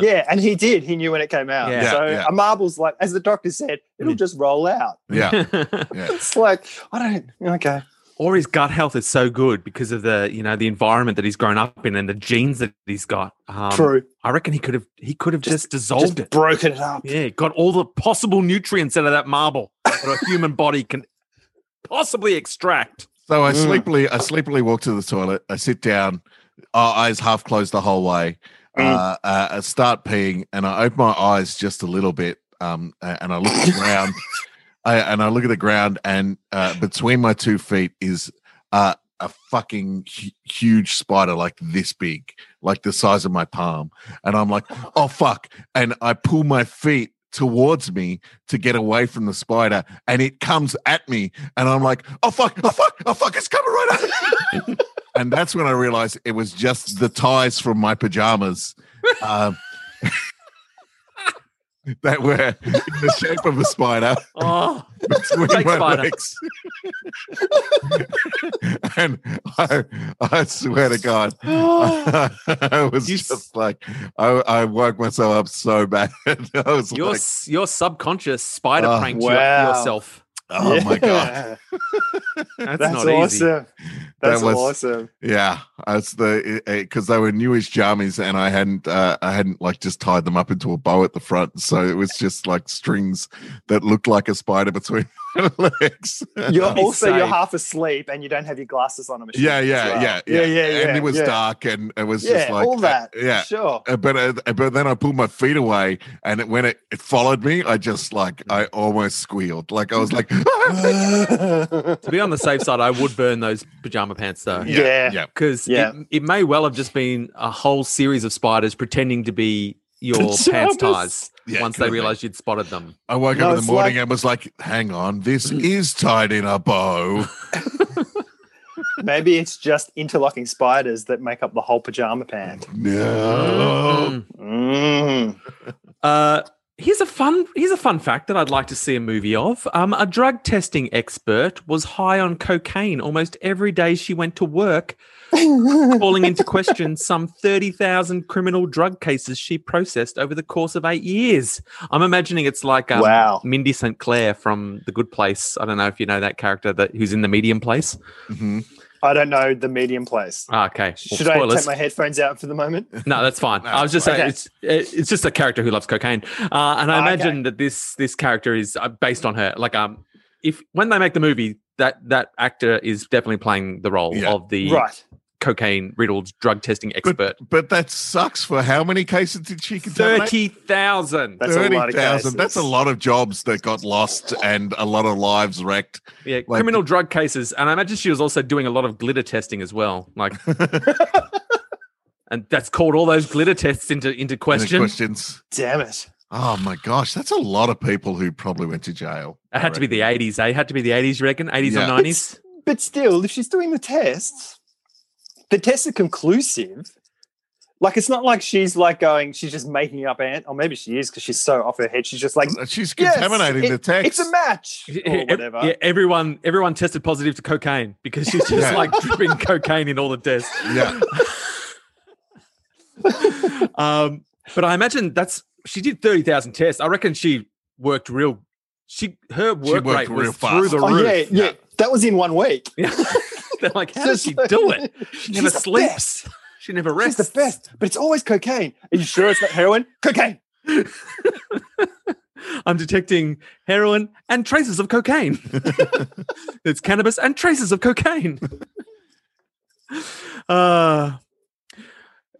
Speaker 4: Yeah, and he did. He knew when it came out.
Speaker 2: Yeah.
Speaker 4: so
Speaker 2: Yeah, Mm. yeah.
Speaker 4: a marble's like, as the doctor said, it'll just roll out.
Speaker 2: Yeah,
Speaker 4: It's like, I don't, okay.
Speaker 3: or his gut health is so good because of the you know the environment that he's grown up in and the genes that he's got. Um,
Speaker 4: True.
Speaker 3: I reckon he could have he could have just,
Speaker 4: Just-
Speaker 3: dissolved
Speaker 4: just
Speaker 3: it.
Speaker 4: broken it up.
Speaker 3: Yeah, got all the possible nutrients out of that marble that a human body can possibly extract.
Speaker 2: So I
Speaker 4: Mm.
Speaker 2: sleepily, I sleepily walk to the toilet. I sit down, our eyes half closed the whole way.
Speaker 4: Mm.
Speaker 2: Uh, uh, I start peeing, and I open my eyes just a little bit, um, a- and I look at the ground. I, and I look at the ground, and uh, between my two feet is uh, a fucking hu- huge spider, like this big, like the size of my palm. And I'm like, oh fuck! And I pull my feet towards me to get away from the spider, and it comes at me, and I'm like, oh fuck, oh fuck, oh fuck, it's coming right at me. and that's when I realized it was just the ties from my pajamas. Um, that were in the shape of a spider
Speaker 3: Oh,
Speaker 2: between
Speaker 3: Fake
Speaker 2: my
Speaker 3: spider.
Speaker 2: legs. and I, I swear to God, I was
Speaker 3: You s-
Speaker 2: just like, I, I woke myself up so bad. I was
Speaker 3: your
Speaker 2: like,
Speaker 3: s your subconscious spider
Speaker 2: Oh,
Speaker 3: pranked
Speaker 4: wow.
Speaker 3: your, yourself.
Speaker 2: oh my God.
Speaker 4: Mm. Yeah.
Speaker 3: That's,
Speaker 4: That's
Speaker 3: not easy.
Speaker 4: awesome. That's
Speaker 2: was-
Speaker 4: awesome.
Speaker 2: Yeah. That's the, because they were newish jammies and I hadn't, uh, I hadn't like just tied them up into a bow at the front. So it was just like strings that looked like a spider between my legs.
Speaker 4: You're
Speaker 3: Be
Speaker 4: also you're
Speaker 3: safe.
Speaker 4: half asleep and you don't have your glasses on. I'm assuming,
Speaker 2: Yeah,
Speaker 4: as
Speaker 2: yeah,
Speaker 4: well.
Speaker 2: yeah, yeah,
Speaker 4: yeah, yeah, yeah.
Speaker 2: And it was
Speaker 4: yeah.
Speaker 2: dark, and it was just
Speaker 4: Yeah,
Speaker 2: like uh,
Speaker 4: all that.
Speaker 2: Yeah,
Speaker 4: sure.
Speaker 2: Uh, but uh, but then I pulled my feet away, and it, when it, it followed me, I just like
Speaker 4: Mm.
Speaker 2: I almost squealed. Like I was like,
Speaker 3: To be on the safe side, I would burn those pajama pants though.
Speaker 4: Yeah.
Speaker 2: yeah,
Speaker 3: Because
Speaker 4: Yeah.
Speaker 3: it, it may well have just been a whole series of spiders pretending to be your pants
Speaker 4: Pajamas.
Speaker 3: ties
Speaker 2: yeah. could've
Speaker 3: once they
Speaker 2: been.
Speaker 3: realized you'd spotted them.
Speaker 2: I woke
Speaker 4: No,
Speaker 2: up in
Speaker 4: it's
Speaker 2: the morning
Speaker 4: like-
Speaker 2: and was like, "Hang on, this is tied in a bow."
Speaker 4: Maybe it's just interlocking spiders that make up the Oh. whole pajama pant.
Speaker 2: no,
Speaker 3: Mm.
Speaker 4: Mm.
Speaker 3: Uh, Here's a fun here's a fun fact that I'd like to see a movie of. Um, a drug testing expert was high on cocaine almost every day she went to work, calling into question some 30,000 criminal drug cases she processed over the course of 8 years. I'm imagining it's like um,
Speaker 4: wow.
Speaker 3: Mindy St. Clair from The Good Place. I don't know if you know that character that who's in the medium place.
Speaker 2: Mhm.
Speaker 4: I don't know the medium place.
Speaker 3: Ah, okay. Well,
Speaker 4: Should I take my headphones out for the moment?
Speaker 3: No, that's fine.
Speaker 2: No,
Speaker 3: I was just
Speaker 4: fine.
Speaker 3: saying it's it's it's just a character who loves cocaine, uh, and I
Speaker 4: Oh, Okay.
Speaker 3: imagine that this this character is uh, based on her. Like, um, if when they make the movie, that that actor is definitely playing the role
Speaker 2: Yeah.
Speaker 3: of the
Speaker 4: Right.
Speaker 3: cocaine riddled drug testing expert.
Speaker 2: But that sucks for how many cases did she contaminate?
Speaker 3: Thirty thousand.
Speaker 4: That's a lot of
Speaker 2: 30,000. That's a
Speaker 4: cases.
Speaker 2: lot of jobs that got lost and a lot of lives wrecked.
Speaker 3: Yeah,
Speaker 2: Like-
Speaker 3: criminal drug cases, and I imagine she was also doing a lot of glitter testing as well. Like. And that's called all those glitter tests into into
Speaker 2: Any
Speaker 3: question.
Speaker 2: questions.
Speaker 4: Damn it.
Speaker 2: Oh my gosh, that's a lot of people who probably went to jail.
Speaker 3: It had to be the '80s. Eh? It had to be the '80s. You reckon? '80s
Speaker 2: Yeah.
Speaker 3: or '90s?
Speaker 4: But still, if she's doing the tests, the tests are conclusive. Like it's not like she's like going, she's just making up ant, or maybe she is because she's so off her head. She's just like,
Speaker 2: She's
Speaker 4: "Yes,
Speaker 2: contaminating
Speaker 4: it-
Speaker 2: the text.
Speaker 4: It's a match or
Speaker 3: Ev-
Speaker 4: whatever.
Speaker 3: yeah, everyone everyone tested positive to cocaine because she's just
Speaker 2: Yeah.
Speaker 3: like dripping cocaine in all the tests.
Speaker 2: yeah.
Speaker 3: Um, but I imagine that's she did thirty thousand tests. I reckon she worked real. She her work
Speaker 2: worked
Speaker 3: rate
Speaker 2: real
Speaker 3: was
Speaker 2: fast.
Speaker 3: through the
Speaker 4: Oh
Speaker 3: roof.
Speaker 4: yeah, yeah, That was in one week.
Speaker 3: They're like, how does she do it? She never
Speaker 4: She's the
Speaker 3: sleeps. She never
Speaker 4: She's
Speaker 3: rests.
Speaker 4: the best, but it's always cocaine. Are you sure it's not heroin? Cocaine.
Speaker 3: I'm detecting heroin and traces of cocaine. it's cannabis and traces of cocaine. Uh,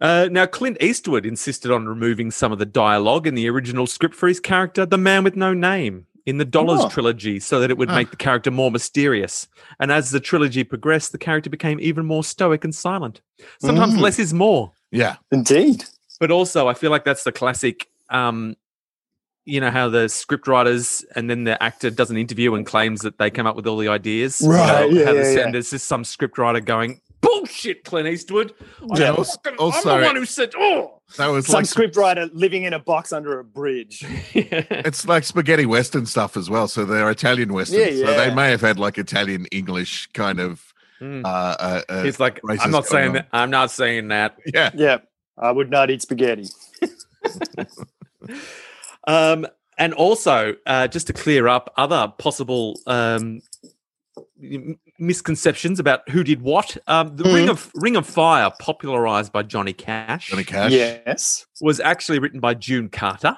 Speaker 3: uh, now, Clint Eastwood insisted on removing some of the dialogue in the original script for his character, the man with no name, in the Dollars
Speaker 4: Oh.
Speaker 3: trilogy, so that it would
Speaker 2: Huh.
Speaker 3: make the character more mysterious. And as the trilogy progressed, the character became even more stoic and silent. Sometimes
Speaker 4: Mm.
Speaker 3: less is more
Speaker 2: Yeah.
Speaker 4: Indeed.
Speaker 3: but also I feel like that's the classic. Um, you know how the script writers and then the actor does an interview and claims that they came up with all the ideas.
Speaker 4: Right,
Speaker 3: You know,
Speaker 4: yeah,
Speaker 3: how
Speaker 4: yeah,
Speaker 3: this-
Speaker 4: yeah.
Speaker 3: And there's just some script writer going, "Bullshit, Clint Eastwood. I
Speaker 4: Yeah.
Speaker 3: fucking- I'm,
Speaker 2: Also-
Speaker 3: the one who said, oh."
Speaker 2: That was
Speaker 4: Some
Speaker 2: like
Speaker 4: scriptwriter living in a box under a bridge.
Speaker 2: it's like spaghetti western stuff as well. So they're Italian western.
Speaker 4: Yeah,
Speaker 2: So they
Speaker 4: yeah.
Speaker 2: may have had like Italian English kind of
Speaker 3: Mm.
Speaker 2: uh, uh, uh
Speaker 3: He's like,
Speaker 2: racist
Speaker 3: I'm not saying
Speaker 2: going on.
Speaker 3: that. I'm not saying that.
Speaker 2: yeah.
Speaker 4: yeah, I would not eat spaghetti.
Speaker 3: Um, and also, uh, just to clear up other possible um, m- misconceptions about who did what, um, the
Speaker 4: Mhm.
Speaker 3: Ring of Ring of Fire, popularized by Johnny Cash,
Speaker 2: Johnny Cash.
Speaker 4: Yes.
Speaker 3: was actually written by June Carter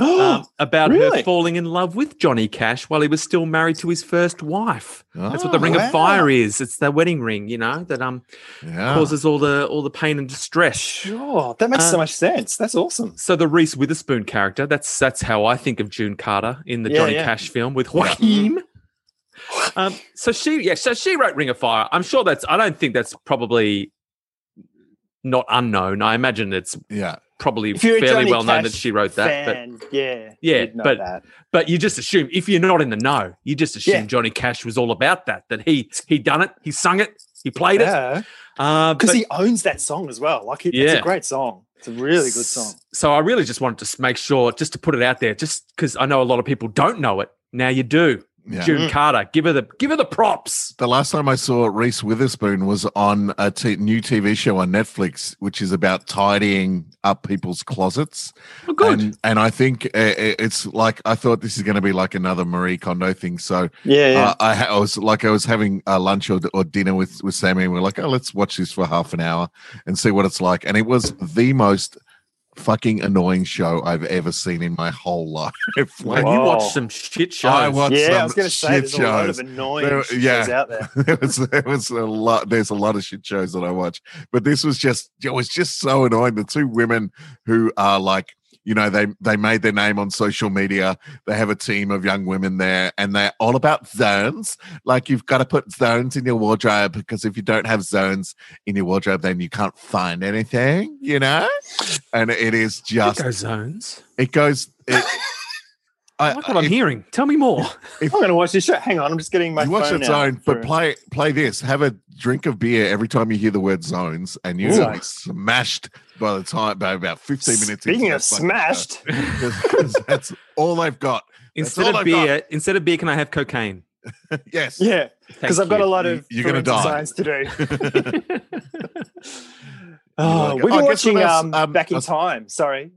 Speaker 4: Oh,
Speaker 3: um, about her
Speaker 4: really?
Speaker 3: falling in love with Johnny Cash while he was still married to his first wife. That's what the
Speaker 2: Ah,
Speaker 3: Ring
Speaker 4: wow.
Speaker 3: of Fire is. It's the wedding ring, you know, that um
Speaker 2: yeah.
Speaker 3: causes all the all the pain and distress.
Speaker 4: sure. That makes
Speaker 3: Uh,
Speaker 4: so much sense. That's awesome.
Speaker 3: So the Reese Witherspoon character, that's that's how I think of June Carter in the
Speaker 4: Yeah,
Speaker 3: Johnny
Speaker 4: yeah.
Speaker 3: Cash film with Joaquin. Um, so she yeah, so she wrote Ring of Fire. I'm sure that's I don't think that's probably not unknown. I imagine it's
Speaker 2: Yeah.
Speaker 3: probably
Speaker 4: If you're a
Speaker 3: fairly
Speaker 4: Johnny
Speaker 3: well known
Speaker 4: Cash
Speaker 3: that she wrote that. But
Speaker 4: Fan, yeah.
Speaker 3: Yeah,
Speaker 4: you'd know
Speaker 3: but-
Speaker 4: that.
Speaker 3: but you just assume if you're not in the know, you just assume
Speaker 4: Yeah.
Speaker 3: Johnny Cash was all about that. That he he done it, he sung it, he played it.
Speaker 4: yeah,
Speaker 3: Uh,
Speaker 4: because
Speaker 3: but-
Speaker 4: he owns that song as well. Like, it- it's
Speaker 3: Yeah. Uh,
Speaker 4: a great song. It's a really good song.
Speaker 3: So I really just wanted to s- make sure, just to put it out there, just because I know a lot of people don't know it. Now you do.
Speaker 2: Yeah.
Speaker 3: June
Speaker 4: Mm.
Speaker 3: Carter, give her the give her the props.
Speaker 2: The last time I saw Reese Witherspoon was on a t- new TV show on Netflix, which is about tidying up people's closets.
Speaker 3: Well, Oh, good.
Speaker 2: And, and I think uh, it- it's like, I thought this is going to be like another Marie Kondo thing. So
Speaker 4: Yeah,
Speaker 2: Uh, I, ha- I was like, I was having uh, lunch or, or dinner with, with Sammy, and we are like, oh, let's watch this for half an hour and see what it's like. And it was the most fucking annoying show I've ever seen in my whole life.
Speaker 3: Well,
Speaker 2: Like,
Speaker 3: you
Speaker 4: Wow.
Speaker 3: watch some shit shows.
Speaker 2: I watched
Speaker 4: yeah,
Speaker 2: some
Speaker 4: I was going to say
Speaker 2: shit
Speaker 4: there's a lot
Speaker 2: shows.
Speaker 4: of annoying
Speaker 2: There-
Speaker 4: shows
Speaker 2: yeah.
Speaker 4: out there.
Speaker 2: there was there was a lot. There's a lot of shit shows that I watch, but this was just it was just so annoying. The two women who are like, you know, they they made their name on social media. They have a team of young women there, and they're all about zones. Like you've got to put zones in your wardrobe because if you don't have zones in your wardrobe, then you can't find anything. You know, and it is just
Speaker 3: Eco zones.
Speaker 2: it goes. It, I,
Speaker 3: like what I'm
Speaker 2: Uh, if-
Speaker 3: hearing. Tell me more.
Speaker 4: I'm going to watch this show. Hang on, I'm just getting my
Speaker 2: you watch
Speaker 4: phone
Speaker 2: that
Speaker 4: out
Speaker 2: zone, but
Speaker 4: for-
Speaker 2: play play this. Have a drink of beer every time you hear the word zones, and you will be smashed by the time by about fifteen minutes. into
Speaker 4: Speaking
Speaker 2: the
Speaker 4: of
Speaker 2: fucking show.
Speaker 4: smashed,
Speaker 2: 'Cause- 'cause that's all they've got.
Speaker 3: Instead
Speaker 2: all
Speaker 3: of
Speaker 2: I've got.
Speaker 3: beer, instead of beer, can I have cocaine?
Speaker 2: Yes.
Speaker 4: yeah, because
Speaker 3: Thank
Speaker 4: I've got
Speaker 3: you.
Speaker 4: a lot
Speaker 2: You-
Speaker 4: of
Speaker 2: you're gonna
Speaker 4: forensic
Speaker 2: die.
Speaker 4: science to do.
Speaker 2: wanna
Speaker 4: Oh,
Speaker 2: go-
Speaker 4: we've been
Speaker 2: Oh, guess what
Speaker 4: watching
Speaker 2: else?
Speaker 4: um,
Speaker 2: Um,
Speaker 4: Back in
Speaker 2: I-
Speaker 4: Time. Sorry,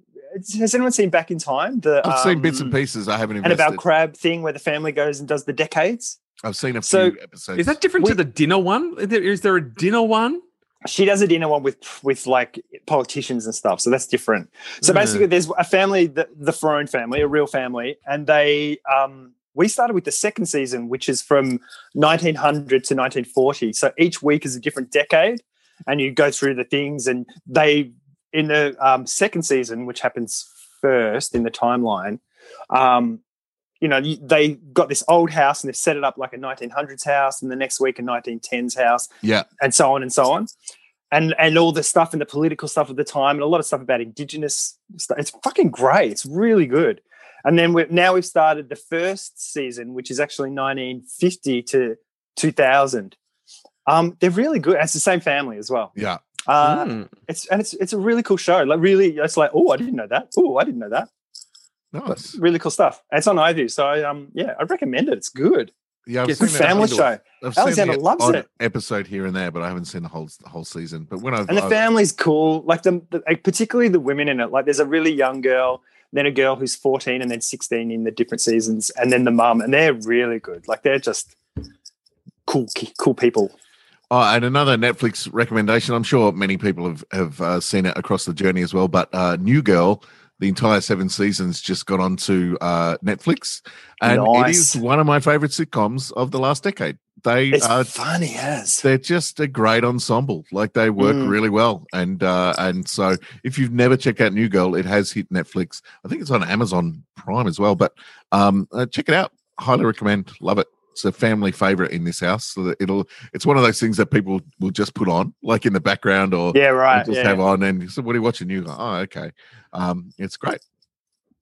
Speaker 4: has anyone seen Back in Time? The
Speaker 2: I've seen bits
Speaker 4: um,
Speaker 2: and pieces. I haven't
Speaker 4: and
Speaker 2: invested.
Speaker 4: about crab thing where the family goes and does the decades.
Speaker 2: I've seen a few
Speaker 4: So,
Speaker 2: episodes.
Speaker 3: Is that different to
Speaker 4: We-
Speaker 3: the dinner one? Is there- is there a dinner one?
Speaker 4: She does a dinner one with with like politicians and stuff, so that's different. So
Speaker 3: Hmm.
Speaker 4: basically, there's a family, the, the Ferone family, a real family, and they. Um, we started with the second season, which is from 1900 to 1940. So each week is a different decade, and you go through the things. And they in the um, second season, which happens first in the timeline, um, you know, you- they got this old house and they set it up like a 1900s house, and the next week a 1910s house,
Speaker 2: Yeah.
Speaker 4: and so on and so on, and and all the stuff and the political stuff of the time, and a lot of stuff about indigenous stuff. It's fucking great. It's really good. And then we now we've started the first season, which is actually 1950 to 2000. Um, they're really good. It's the same family as well.
Speaker 2: Yeah.
Speaker 4: Uh,
Speaker 3: Hmm.
Speaker 4: It's and it's it's a really cool show. Like really, it's like oh, I didn't know that. Oh, I didn't know that.
Speaker 2: nice?
Speaker 4: Really cool stuff. It's on iView, so I, um, yeah, I recommend it. It's good.
Speaker 2: Yeah, I've
Speaker 3: Get
Speaker 2: seen
Speaker 4: Good
Speaker 3: Something
Speaker 2: that.
Speaker 4: family
Speaker 3: I've
Speaker 4: show,
Speaker 2: I've
Speaker 4: Alexander
Speaker 2: seen the
Speaker 4: loves
Speaker 2: odd
Speaker 4: it.
Speaker 2: episode here and there, but I haven't seen the whole the whole season. But when I've,
Speaker 4: and the
Speaker 2: I've-
Speaker 4: family's cool. Like the, the like, particularly the women in it. Like there's a really young girl, then a girl who's 14, and then 16 in the different seasons, and then the mum, and they're really good. Like they're just cool, ki- cool people.
Speaker 2: Oh, and another Netflix recommendation. I'm sure many people have have uh, seen it across the journey as well. But uh, New Girl, the entire seven seasons, just got onto uh, Netflix, and it
Speaker 4: Nice.
Speaker 2: is one of my favorite sitcoms of the last decade. They
Speaker 4: It's
Speaker 2: are
Speaker 4: funny as.
Speaker 2: they're just a great ensemble. Like they work
Speaker 4: Mm.
Speaker 2: really well, and uh, and so if you've never checked out New Girl, it has hit Netflix. I think it's on Amazon Prime as well. But um, uh, check it out. Highly recommend. Love it. It's a family favorite in this house. So that it'll. It's one of those things that people will just put on, like in the background, or
Speaker 4: Yeah, right.
Speaker 2: they'll just
Speaker 4: yeah.
Speaker 2: have on. And so, what are you watching? You go, oh, okay. Um, it's great.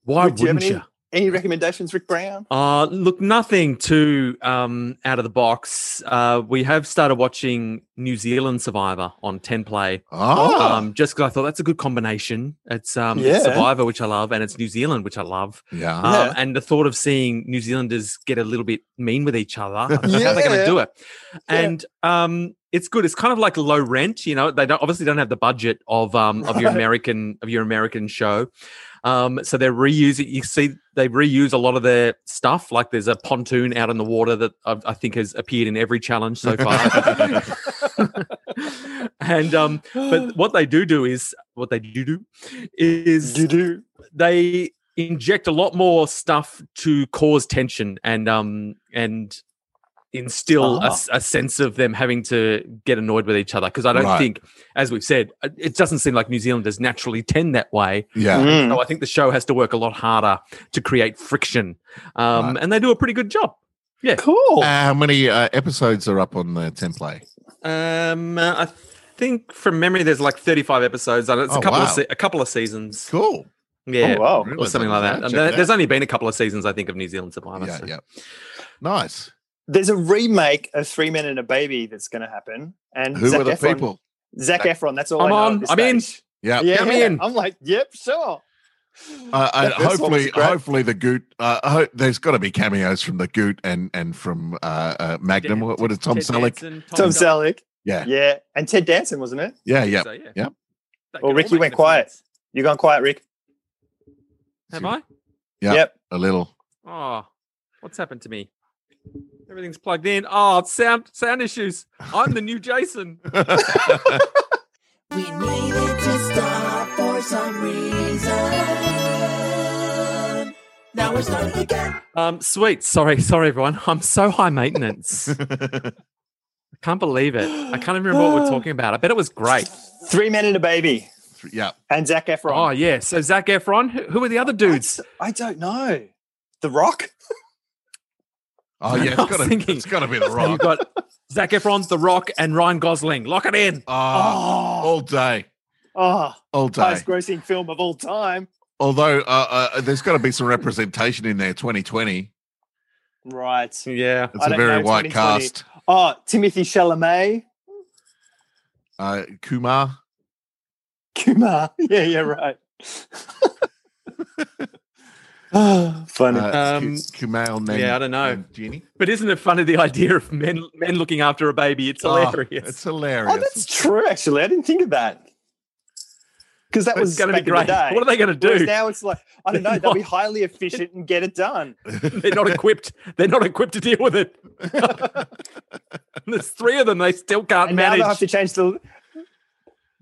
Speaker 3: Why
Speaker 4: Would you have
Speaker 3: wouldn't
Speaker 4: any-
Speaker 3: you?
Speaker 4: Any recommendations, Rick Brown?
Speaker 3: Uh, look, nothing too um, out of the box. Uh, we have started watching New Zealand Survivor on 10 Play.
Speaker 2: Oh,
Speaker 3: Um, just because I thought that's a good combination. It's um, it's
Speaker 4: Yeah.
Speaker 3: Survivor, which I love, and it's New Zealand, which I love.
Speaker 2: yeah.
Speaker 3: Um,
Speaker 4: Yeah.
Speaker 3: And the thought of seeing New Zealanders get a little bit mean with each other, I thought, how are they going to
Speaker 4: Yeah.
Speaker 3: do it? And um, it's good. It's kind of like low rent. You know, they don't, obviously don't have the budget of um, of your
Speaker 4: Right.
Speaker 3: American of your American show. Um, so they're reusing. You see, they reuse a lot of their stuff. Like there's a pontoon out in the water that I, I think has appeared in every challenge so far. and um, but what they do do is what they do do is
Speaker 4: do.
Speaker 3: they inject a lot more stuff to cause tension and um and instill a,
Speaker 4: Ah.
Speaker 3: s- a sense of them having to get annoyed with each other because i don't
Speaker 2: Right.
Speaker 3: think as we've said it- it doesn't seem like new zealanders naturally tend that way
Speaker 2: Yeah. Oh,
Speaker 4: Mm.
Speaker 3: so i think the show has to work a lot harder to create friction um and they do a pretty good job
Speaker 4: Cool.
Speaker 2: Uh, how many uh, episodes are up on the template?
Speaker 3: um uh, i think from memory there's like 35 episodes and it's
Speaker 2: Oh,
Speaker 3: a couple of
Speaker 2: wow.
Speaker 3: se- a couple of seasons
Speaker 2: Cool.
Speaker 3: yeah
Speaker 4: Oh, wow.
Speaker 3: or
Speaker 2: Realize
Speaker 3: something
Speaker 2: I
Speaker 3: like
Speaker 2: didn't
Speaker 3: that.
Speaker 2: know.
Speaker 3: And
Speaker 2: Check
Speaker 3: there-
Speaker 2: it
Speaker 3: there's
Speaker 2: out.
Speaker 3: only been a couple of seasons, I think, of New Zealand Survivor.
Speaker 2: yeah,
Speaker 3: so-
Speaker 2: yeah. Nice.
Speaker 4: There's a remake of Three Men and a Baby that's going to happen. And
Speaker 2: Who
Speaker 4: Zac
Speaker 2: are the
Speaker 4: Efron,
Speaker 2: people?
Speaker 4: Zac
Speaker 2: Zac-
Speaker 4: Efron. That's all
Speaker 3: I'm
Speaker 4: I know at
Speaker 3: on.
Speaker 4: this
Speaker 3: I'm in.
Speaker 4: stage.
Speaker 2: Yeah.
Speaker 4: Yeah,
Speaker 3: Get me in.
Speaker 4: I'm like, yep, sure.
Speaker 2: Uh, uh,
Speaker 4: That first one was
Speaker 2: hopefully,
Speaker 4: great.
Speaker 2: hopefully the Goot. Uh, I hope there's got to be cameos from the Goot and and from uh, uh, Magnum. What, what is Tom
Speaker 3: Ted
Speaker 2: Selleck?
Speaker 3: Danson, Tom,
Speaker 4: Tom Selleck.
Speaker 2: Yeah,
Speaker 4: Yeah. And Ted Danson, wasn't it?
Speaker 2: yeah, yeah.
Speaker 3: So, yeah.
Speaker 2: yeah.
Speaker 3: They
Speaker 4: Well,
Speaker 3: could
Speaker 4: Ricky
Speaker 3: all make
Speaker 4: went
Speaker 3: an
Speaker 4: quiet.
Speaker 3: appearance.
Speaker 4: You gone quiet, Rick?
Speaker 3: Have I?
Speaker 2: Yeah.
Speaker 4: Yep.
Speaker 2: A little.
Speaker 3: Oh, what's happened to me? Everything's plugged in. Oh, it's sound sound issues. I'm the new Jason.
Speaker 5: We needed to stop for some reason. Now we're starting again.
Speaker 3: Um, sweet. Sorry, sorry, everyone. I'm so high maintenance. I can't believe it. I can't even remember what we're talking about. I bet it was great.
Speaker 4: Three Men and a Baby
Speaker 2: yeah.
Speaker 4: and Zach
Speaker 3: Oh
Speaker 4: Efron.
Speaker 3: yeah. So Zach Efron. Who, who are the other dudes?
Speaker 4: I, I don't know. The Rock?
Speaker 2: Oh yeah.
Speaker 3: I
Speaker 2: It's got
Speaker 3: was
Speaker 2: to.
Speaker 3: thinking-
Speaker 2: It's got to be the
Speaker 3: So Oh, You've
Speaker 2: rock.
Speaker 3: got Zach Efron, The Rock, and Ryan Gosling. Lock it in.
Speaker 2: Oh,
Speaker 4: Oh,
Speaker 2: all day,
Speaker 4: oh,
Speaker 2: all day.
Speaker 4: highest grossing film of all time.
Speaker 2: Although uh, uh, there's got to be some representation in there. 2020.
Speaker 4: Right.
Speaker 3: Yeah.
Speaker 2: It's
Speaker 4: I
Speaker 2: a
Speaker 4: don't
Speaker 2: very
Speaker 4: know,
Speaker 2: wide
Speaker 4: 2020.
Speaker 2: cast.
Speaker 4: Oh, Timothy Chalamet,
Speaker 2: Uh, Kumar.
Speaker 4: Kumar. Yeah, yeah, right. Ah, Funny.
Speaker 2: Uh,
Speaker 3: Um,
Speaker 2: Ku- Kumail Nan-
Speaker 3: yeah, I don't know.
Speaker 2: Nanjiani?
Speaker 3: But isn't it funny the idea of men men looking after a baby? It's
Speaker 2: Oh,
Speaker 3: hilarious.
Speaker 2: it's hilarious.
Speaker 4: oh, that's true. Actually, I didn't think of that because that was
Speaker 3: it's going to
Speaker 4: back
Speaker 3: be great.
Speaker 4: In the day.
Speaker 3: What are they going to
Speaker 4: Whereas
Speaker 3: do?
Speaker 4: now it's like I don't know. They'll be highly efficient and get it done.
Speaker 3: They're not equipped. They're not equipped to deal with it. There's three of them. They still can't
Speaker 4: And now
Speaker 3: manage.
Speaker 4: they'll have to change the.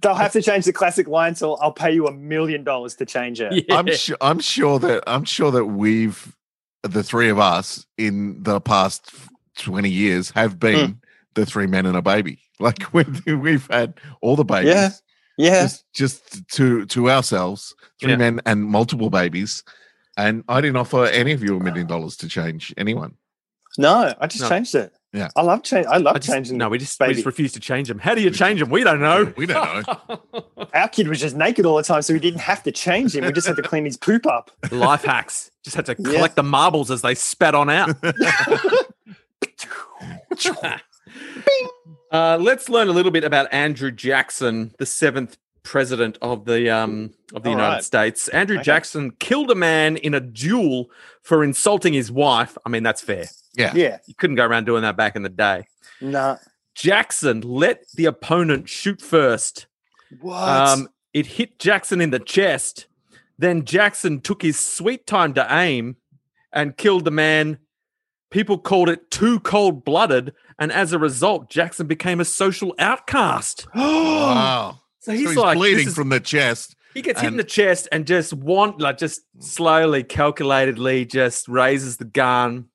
Speaker 4: They'll have to change the classic line to "I'll pay you a million dollars to change it."
Speaker 3: Yeah.
Speaker 2: I'm sure. I'm sure that I'm sure that we've the three of us in the past 20 years
Speaker 3: Hmm.
Speaker 2: have been the three men and a baby. Like we we've had all the babies.
Speaker 4: Yeah. Yeah,
Speaker 2: Just, just to to ourselves, three
Speaker 3: Yeah.
Speaker 2: men and multiple babies. And I didn't offer any of you a million dollars to change anyone.
Speaker 4: no, I just
Speaker 3: No.
Speaker 4: changed it.
Speaker 2: Yeah.
Speaker 4: I love change. I
Speaker 3: I
Speaker 4: love
Speaker 3: just-
Speaker 4: changing.
Speaker 3: no, we just, we
Speaker 4: baby.
Speaker 3: just refuse to change them. How do you change them? We don't know.
Speaker 2: We don't
Speaker 3: know.
Speaker 4: Our kid was just naked all the time, so we didn't have to change him. We just had to clean his poop up.
Speaker 3: Life hacks. Just had to
Speaker 4: Yeah.
Speaker 3: collect the marbles as they spat on out. Uh, let's learn a little bit about Andrew Jackson, the seventh president of the um, of the
Speaker 4: All
Speaker 3: United
Speaker 4: right.
Speaker 3: States. Andrew
Speaker 4: Okay.
Speaker 3: Jackson killed a man in a duel for insulting his wife. I mean, that's fair.
Speaker 2: Yeah.
Speaker 4: Yeah,
Speaker 3: You couldn't go around doing that back in the day.
Speaker 4: no,
Speaker 3: Jackson let the opponent shoot first.
Speaker 4: what?
Speaker 3: Um, it hit Jackson in the chest. Then Jackson took his sweet time to aim and killed the man. People called it too cold blooded. And as a result, Jackson became a social outcast.
Speaker 2: Wow. So
Speaker 3: So Oh. he's,
Speaker 2: he's,
Speaker 3: like, this
Speaker 2: bleeding
Speaker 3: is-
Speaker 2: from the chest.
Speaker 3: he gets hit in
Speaker 2: and-
Speaker 3: the chest and just want, like, just slowly, calculatedly, just raises the gun,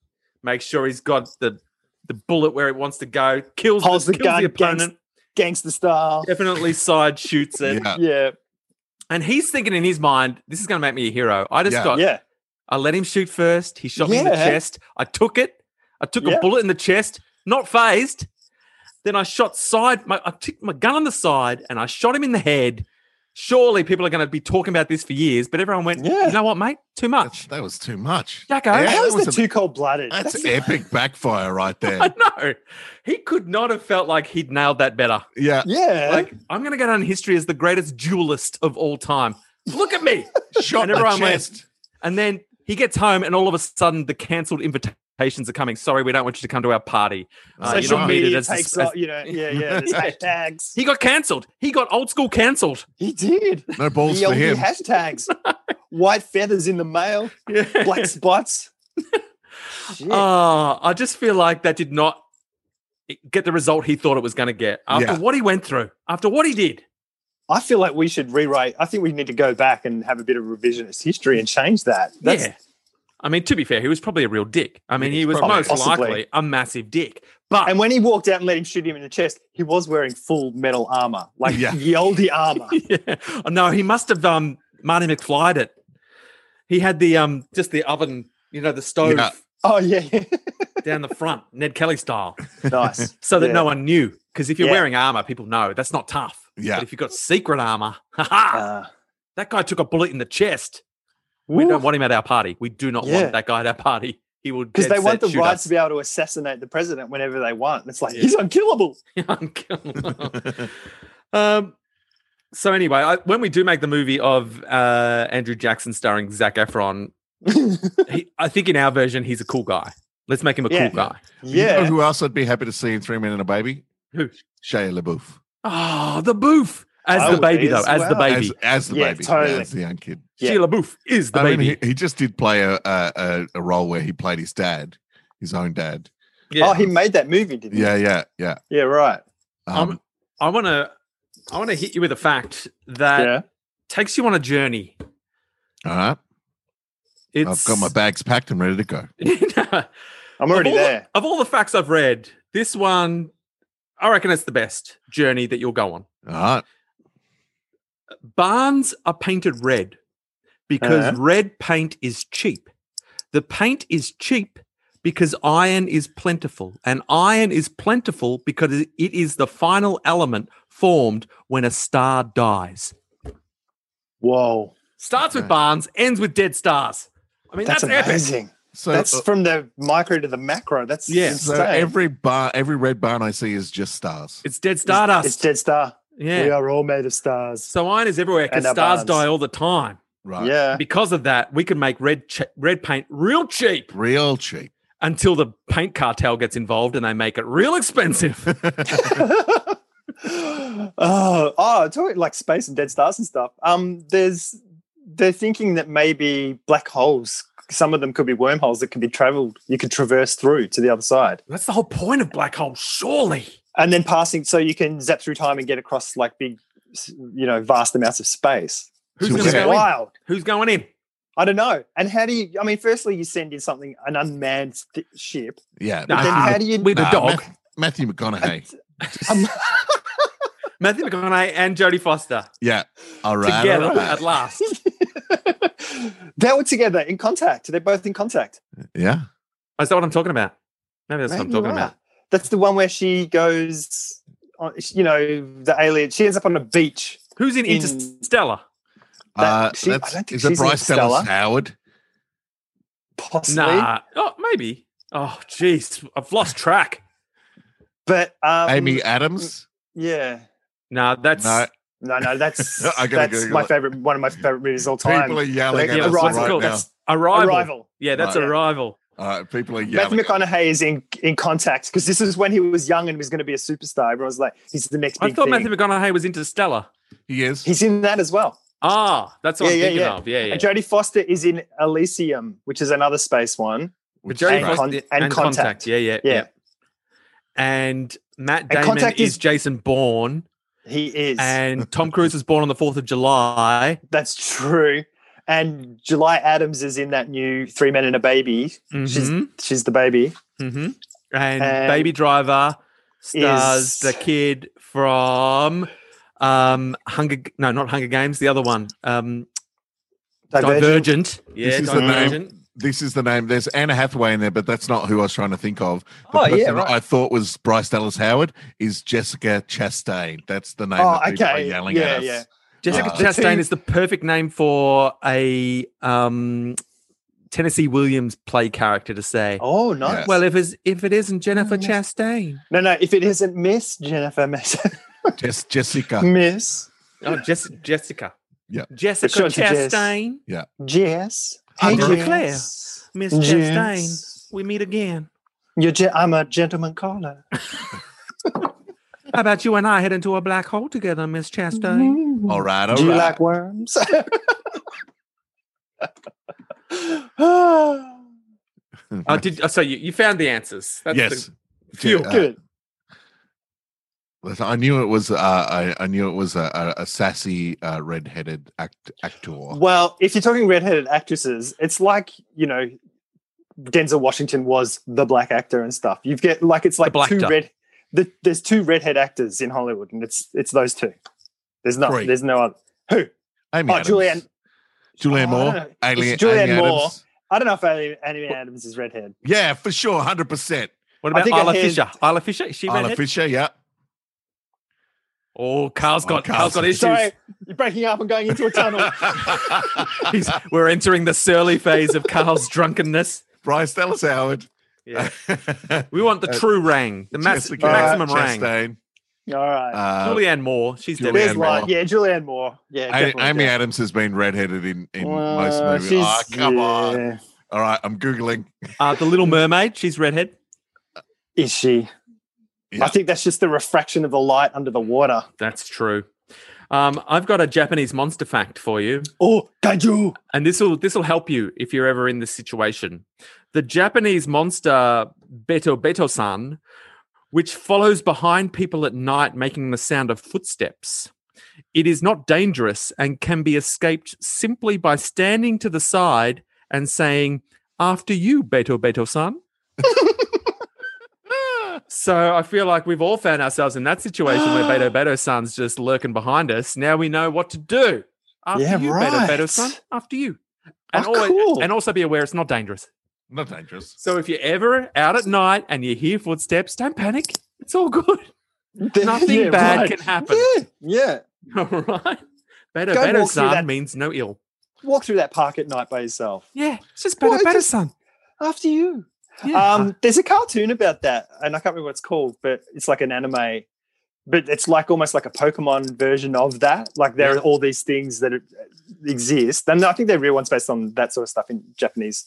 Speaker 3: makes sure he's got the the bullet where it wants to go, kills,
Speaker 4: Holds
Speaker 3: the,
Speaker 4: the
Speaker 3: kills
Speaker 4: gun,
Speaker 3: the
Speaker 4: gangs-
Speaker 3: opponent,
Speaker 4: gangster style.
Speaker 3: definitely side shoots it.
Speaker 2: Yeah.
Speaker 4: Yeah,
Speaker 3: And he's thinking in his mind, this is going to make me a hero. I just
Speaker 2: Yeah.
Speaker 3: got,
Speaker 4: yeah,
Speaker 3: I let him shoot first. He shot me in the
Speaker 4: Yeah.
Speaker 3: chest. I took it. I took a
Speaker 4: Yeah.
Speaker 3: bullet in the chest, not phased. Then I shot side. My, I took my gun on the side and I shot him in the head. Surely people are going to be talking about this for years, but everyone went,
Speaker 4: Yeah.
Speaker 3: you know what, mate? Too
Speaker 2: That's,
Speaker 3: much.
Speaker 2: that was too much.
Speaker 3: Jacko,
Speaker 2: Yeah,
Speaker 4: How
Speaker 2: that
Speaker 4: is
Speaker 2: was
Speaker 4: that
Speaker 2: a-
Speaker 4: too cold blooded?
Speaker 2: That's, epic backfire right
Speaker 3: I
Speaker 2: there.
Speaker 3: know. He could not have felt like he'd nailed that better.
Speaker 2: Yeah.
Speaker 4: yeah.
Speaker 3: Like, I'm going to go down in history as the greatest duelist of all time. Look at me.
Speaker 2: Shot
Speaker 3: And
Speaker 2: in the
Speaker 3: everyone went,
Speaker 2: chest.
Speaker 3: And then he gets home, and all of a sudden, the cancelled invitations are coming. Sorry, we don't want you to come to our party. Uh,
Speaker 4: Social
Speaker 3: you're not needed
Speaker 4: media
Speaker 3: as the-
Speaker 4: takes
Speaker 3: as-
Speaker 4: off, you know, yeah, yeah, there's
Speaker 3: Yeah.
Speaker 4: hashtags.
Speaker 3: He got cancelled. He got old school cancelled.
Speaker 4: He did.
Speaker 2: No balls
Speaker 4: The
Speaker 2: for
Speaker 4: old
Speaker 2: him.
Speaker 4: hashtags. White feathers in the mail, black spots. Shit.
Speaker 2: Uh,
Speaker 3: Oh, I just feel like that did not get the result he thought it was going to get after
Speaker 2: Yeah.
Speaker 3: what he went through, after what he did.
Speaker 4: I feel like we should rewrite. I think we need to go back and have a bit of revisionist history and change that. That's,
Speaker 3: yeah. I mean, to be fair, he was probably a real dick. I mean, he was
Speaker 4: probably-
Speaker 3: most
Speaker 4: Possibly.
Speaker 3: likely a massive dick. But
Speaker 4: And when he walked out and let him shoot him in the chest, he was wearing full metal armor, like
Speaker 2: Yeah.
Speaker 4: ye olde armor.
Speaker 3: yeah. Oh, No, he must have um Marty McFlyed it. He had the um just the oven, you know, the stove
Speaker 2: Yeah.
Speaker 4: Oh yeah, yeah.
Speaker 3: down the front, Ned Kelly style,
Speaker 4: nice.
Speaker 3: so that
Speaker 4: Yeah.
Speaker 3: no one knew. Because if you're
Speaker 4: Yeah.
Speaker 3: wearing armor, people know that's not tough.
Speaker 2: Yeah.
Speaker 3: But if you've got secret armor,
Speaker 2: Ah.
Speaker 3: ha
Speaker 4: Uh,
Speaker 3: that guy took a bullet in the chest. We don't want him at our party. We do not
Speaker 4: Yeah.
Speaker 3: want that guy at our party. He will
Speaker 4: because they want the right to
Speaker 3: rights.
Speaker 4: be able to assassinate the president whenever they want. It's like he's unkillable.
Speaker 3: um, so anyway, I, when we do make the movie of uh, Andrew Jackson starring Zach Efron, he, I think in our version he's a cool guy. Let's make him a
Speaker 4: Yeah.
Speaker 3: cool guy.
Speaker 2: You know
Speaker 4: yeah,
Speaker 2: who else I'd be happy to see in Three Men and a Baby?
Speaker 3: Who?
Speaker 2: Shia LaBeouf.
Speaker 3: Oh, the boof as
Speaker 4: I
Speaker 3: the
Speaker 4: would
Speaker 3: baby
Speaker 4: be
Speaker 3: though,
Speaker 4: as
Speaker 3: as the
Speaker 4: well.
Speaker 3: baby.
Speaker 2: As, as the
Speaker 4: Yeah,
Speaker 2: baby.
Speaker 4: totally.
Speaker 2: Yeah, as the young kid.
Speaker 4: Yeah.
Speaker 3: Sheila Boof is the
Speaker 2: I
Speaker 3: baby.
Speaker 2: mean, he, he just did play a, a, a, a role where he played his dad, his own dad.
Speaker 3: yeah.
Speaker 4: Oh, he made that movie, didn't he?
Speaker 2: Yeah, yeah, yeah.
Speaker 4: yeah, right.
Speaker 2: Um,
Speaker 3: Um, I want to, I want to hit you with a fact
Speaker 2: Uh,
Speaker 3: that
Speaker 4: yeah,
Speaker 3: takes you on a journey.
Speaker 2: all right.
Speaker 3: It's
Speaker 2: uh-huh. I've got my bags packed and ready to go.
Speaker 3: my.
Speaker 4: I'm already
Speaker 3: of all the-
Speaker 4: there.
Speaker 3: of all the facts I've read, this one, I reckon it's the best journey that you'll go on.
Speaker 2: All right.
Speaker 3: Barns are painted red because
Speaker 4: Uh-huh.
Speaker 3: red paint is cheap. The paint is cheap because iron is plentiful, and iron is plentiful because it is the final element formed when a star dies.
Speaker 4: Whoa.
Speaker 3: Starts with Barnes, ends with Dead Stars. I mean, that's,
Speaker 4: That's,
Speaker 3: epic.
Speaker 4: amazing.
Speaker 2: So uh,
Speaker 4: that's from the micro to the macro. That's
Speaker 3: Yeah,
Speaker 2: so
Speaker 4: insane.
Speaker 2: every bar, every red barn I see is just stars.
Speaker 3: It's Dead
Speaker 4: it's,
Speaker 3: Stardust.
Speaker 4: it's Dead Star.
Speaker 3: yeah.
Speaker 4: We are all made of stars.
Speaker 3: So iron is everywhere because
Speaker 4: And our
Speaker 3: stars
Speaker 4: barns.
Speaker 3: die all the time.
Speaker 2: right.
Speaker 4: Yeah.
Speaker 3: Because of that, we can make red ch- red paint real cheap
Speaker 2: Real cheap.
Speaker 3: until the paint cartel gets involved and they make it real expensive.
Speaker 4: oh, oh, talking like space and dead stars and stuff. Um, there's they're thinking that maybe black holes. Some of them could be wormholes that could be traveled. You could traverse through to the other side,
Speaker 3: That's the whole point of black holes, surely.
Speaker 4: and then passing. So you can zap through time and get across like big, you know, vast amounts of space.
Speaker 3: Who's
Speaker 2: To
Speaker 3: going to
Speaker 2: where?
Speaker 4: It's
Speaker 3: go in?
Speaker 4: wild.
Speaker 3: Who's going in?
Speaker 4: I don't know. And how do you? I mean, firstly, you send in something an unmanned th- ship.
Speaker 2: Yeah.
Speaker 4: But
Speaker 3: Nah,
Speaker 4: then how do you?
Speaker 3: With a
Speaker 2: Nah,
Speaker 3: dog,
Speaker 2: Matthew McConaughey.
Speaker 4: Um,
Speaker 3: Matthew McConaughey and Jodie Foster
Speaker 2: Yeah. All right.
Speaker 3: together
Speaker 2: all right.
Speaker 3: at last.
Speaker 4: they were together in contact. They're both in contact.
Speaker 2: Yeah.
Speaker 3: Is that what I'm talking about? Maybe that's what I'm
Speaker 4: Maybe
Speaker 3: talking
Speaker 4: you
Speaker 3: about.
Speaker 4: are. That's the one where she goes, on, you know, the alien. She ends up on a beach.
Speaker 3: Who's in,
Speaker 4: In-
Speaker 3: Interstellar?
Speaker 4: That-
Speaker 2: uh,
Speaker 4: she- I
Speaker 2: that's,
Speaker 4: don't think
Speaker 2: is it
Speaker 4: she's in
Speaker 2: Bryce Dallas
Speaker 4: Stella.
Speaker 2: Howard?
Speaker 4: Possibly,
Speaker 3: Nah. Oh, maybe. Oh, jeez. I've lost track.
Speaker 4: but um,
Speaker 2: Amy Adams?
Speaker 4: yeah,
Speaker 3: Nah, that's
Speaker 2: no.
Speaker 4: no, no, that's
Speaker 2: I gotta
Speaker 4: that's
Speaker 2: Google
Speaker 4: my
Speaker 2: it.
Speaker 4: favorite, one of my favorite movies of all time.
Speaker 2: People are yelling
Speaker 4: Yeah,
Speaker 2: at us
Speaker 4: Arrival.
Speaker 2: right now.
Speaker 3: Cool.
Speaker 4: That's
Speaker 3: Arrival.
Speaker 4: Arrival. Oh,
Speaker 3: Yeah, that's
Speaker 4: Right.
Speaker 3: Arrival.
Speaker 2: All right, people are
Speaker 4: Matthew
Speaker 2: yelling.
Speaker 4: McConaughey is in in contact because this is when he was young and was going to be a superstar. Everyone was like, he's the next
Speaker 3: I
Speaker 4: big
Speaker 3: thought
Speaker 4: thing.
Speaker 3: Matthew McConaughey was Interstellar.
Speaker 2: He is.
Speaker 4: he's in that as well.
Speaker 3: Ah, that's what
Speaker 4: Yeah,
Speaker 3: I'm
Speaker 4: yeah,
Speaker 3: thinking
Speaker 4: yeah.
Speaker 3: of. Yeah, yeah.
Speaker 4: And Jodie Foster is in Elysium, which is another space one.
Speaker 3: But
Speaker 2: Which
Speaker 3: Jodie
Speaker 2: is
Speaker 4: and
Speaker 2: great.
Speaker 4: Con- and Contact.
Speaker 3: Yeah, yeah, yeah,
Speaker 4: Yeah.
Speaker 3: And Matt Damon
Speaker 4: Contact
Speaker 3: is,
Speaker 4: is-
Speaker 3: Jason Bourne,
Speaker 4: He is.
Speaker 3: and Tom Cruise was born on the Fourth of July.
Speaker 4: That's true. And July Adams is in that new Three Men and a Baby.
Speaker 3: Mhm,
Speaker 4: She's she's the baby.
Speaker 3: mhm. And,
Speaker 4: And
Speaker 3: Baby Driver stars
Speaker 4: is-
Speaker 3: the kid from um Hunger. G- No, not Hunger Games. The other one, um,
Speaker 4: Divergent.
Speaker 3: Divergent. Yeah,
Speaker 2: This is the
Speaker 3: Divergent.
Speaker 2: name. This is the name. There's Anna Hathaway in there, but that's not who I was trying to think of. The
Speaker 4: Oh,
Speaker 2: person
Speaker 4: yeah, right.
Speaker 2: I thought was Bryce Dallas Howard is Jessica Chastain. That's the name.
Speaker 4: Oh,
Speaker 2: that people are
Speaker 4: okay.
Speaker 2: Yelling
Speaker 4: Yeah,
Speaker 2: at us.
Speaker 4: yeah.
Speaker 3: Jessica
Speaker 2: Uh,
Speaker 3: Chastain
Speaker 4: two-
Speaker 3: is the perfect name for a um, Tennessee Williams play character to say.
Speaker 4: Oh, nice.
Speaker 2: Yeah.
Speaker 3: Well, if it's, if it isn't Jennifer Chastain,
Speaker 4: No, no, if it isn't Miss Jennifer, Miss.
Speaker 2: Jess, Jessica.
Speaker 4: Mm, Miss
Speaker 3: oh, Jess, Jessica,
Speaker 2: Yeah.
Speaker 3: Jessica
Speaker 4: Short to Jess.
Speaker 3: Chastain,
Speaker 4: Jess.
Speaker 3: I'm
Speaker 4: Hey,
Speaker 3: Declare.
Speaker 4: Jess.
Speaker 3: Miss Chastain,
Speaker 4: Jess.
Speaker 3: we meet again.
Speaker 4: You're gen- I'm a gentleman caller.
Speaker 3: How about you and I head into a black hole together, Miss Chastain?
Speaker 4: Mm.
Speaker 2: All right, all
Speaker 4: Do you
Speaker 2: right.
Speaker 4: like worms? uh,
Speaker 3: Oh, did oh, so you, you found the answers?
Speaker 2: yes.
Speaker 3: the-
Speaker 2: Ju- uh,
Speaker 4: Good.
Speaker 2: listen, I knew it was. Uh, I, I knew it was a, a, a sassy, uh, red-headed act, actor.
Speaker 4: Well, if you're talking redheaded actresses, it's like you know, Denzel Washington was the black actor and stuff. You get like it's like
Speaker 3: black
Speaker 4: two
Speaker 3: duck.
Speaker 4: red. The, there's two redhead actors in Hollywood, and it's it's those two. There's no
Speaker 2: Three.
Speaker 4: there's no other. Who?
Speaker 2: Amy
Speaker 4: oh,
Speaker 2: Adams.
Speaker 4: Julianne-
Speaker 2: Julianne
Speaker 4: Oh, I
Speaker 2: Moore.
Speaker 4: don't know.
Speaker 2: Alien,
Speaker 4: It's Julianne
Speaker 2: Amy
Speaker 4: Moore.
Speaker 2: Adams.
Speaker 4: I don't know if Amy, Amy Adams is redhead.
Speaker 2: Yeah, for sure, hundred percent.
Speaker 3: What
Speaker 4: I
Speaker 3: about
Speaker 4: think I
Speaker 3: Isla
Speaker 4: heard-
Speaker 3: Fisher? Isla Fisher, is she
Speaker 2: Isla
Speaker 3: redhead?
Speaker 2: Fisher. Yeah.
Speaker 3: Oh, Carl's
Speaker 2: Oh,
Speaker 3: got
Speaker 2: Carl's-
Speaker 3: Carl's got issues.
Speaker 4: Sorry, you're breaking up and going into a tunnel.
Speaker 3: He's- we're entering the surly phase of Carl's drunkenness.
Speaker 2: Bryce Dallas Howard.
Speaker 3: Yeah. We want the
Speaker 2: Uh,
Speaker 3: true rang, the, mas- the
Speaker 2: Jessica
Speaker 3: maximum rang.
Speaker 2: Chastain,
Speaker 4: All right.
Speaker 2: uh,
Speaker 3: Julianne Moore, she's
Speaker 2: Julianne
Speaker 4: there's
Speaker 3: Debbie.
Speaker 2: Moore.
Speaker 4: like yeah, Julianne Moore. Yeah,
Speaker 2: A-
Speaker 4: definitely
Speaker 2: Amy
Speaker 4: Jen.
Speaker 2: Adams has been redheaded in, in
Speaker 4: Uh,
Speaker 2: most movies.
Speaker 4: she's-
Speaker 2: Ah, come on.
Speaker 4: yeah.
Speaker 2: All right, I'm Googling.
Speaker 3: Uh, the Little Mermaid, she's redhead.
Speaker 4: Is she?
Speaker 2: Yeah.
Speaker 4: I think that's just the refraction of the light under the water.
Speaker 3: That's true. Um, I've got a Japanese monster fact for you,
Speaker 4: Oh, kaiju.
Speaker 3: and this will this will help you if you're ever in this situation. The Japanese monster Beto Beto-san, which follows behind people at night, making the sound of footsteps. It is not dangerous and can be escaped simply by standing to the side and saying, "After you, Beto Beto-san." So I feel like we've all found ourselves in that situation where Beto Beto San's just lurking behind us. Now we know what to do. After
Speaker 4: Yeah,
Speaker 3: you, Beto
Speaker 4: right.
Speaker 3: Beto San. After you. And,
Speaker 4: Oh,
Speaker 3: always,
Speaker 4: cool.
Speaker 3: and also be aware it's not dangerous.
Speaker 2: Not dangerous.
Speaker 3: So if you're ever out at night and you hear footsteps, don't panic. It's all good. Nothing bad can happen.
Speaker 4: Yeah, yeah.
Speaker 3: All right. Beto Beto
Speaker 4: Go walk through
Speaker 3: San
Speaker 4: that-
Speaker 3: means no ill.
Speaker 4: walk through that park at night by yourself.
Speaker 3: Yeah, it's just
Speaker 4: Well,
Speaker 3: better,
Speaker 4: it's
Speaker 3: better
Speaker 4: just-
Speaker 3: son.
Speaker 4: After you.
Speaker 3: Yeah. Uh,
Speaker 4: Um, there's a cartoon about that, and I can't remember what it's called, but it's like an anime. But it's like almost like a Pokemon version of that. Like there are all these things that uh, exist, and I think they're real ones based on that sort of stuff in Japanese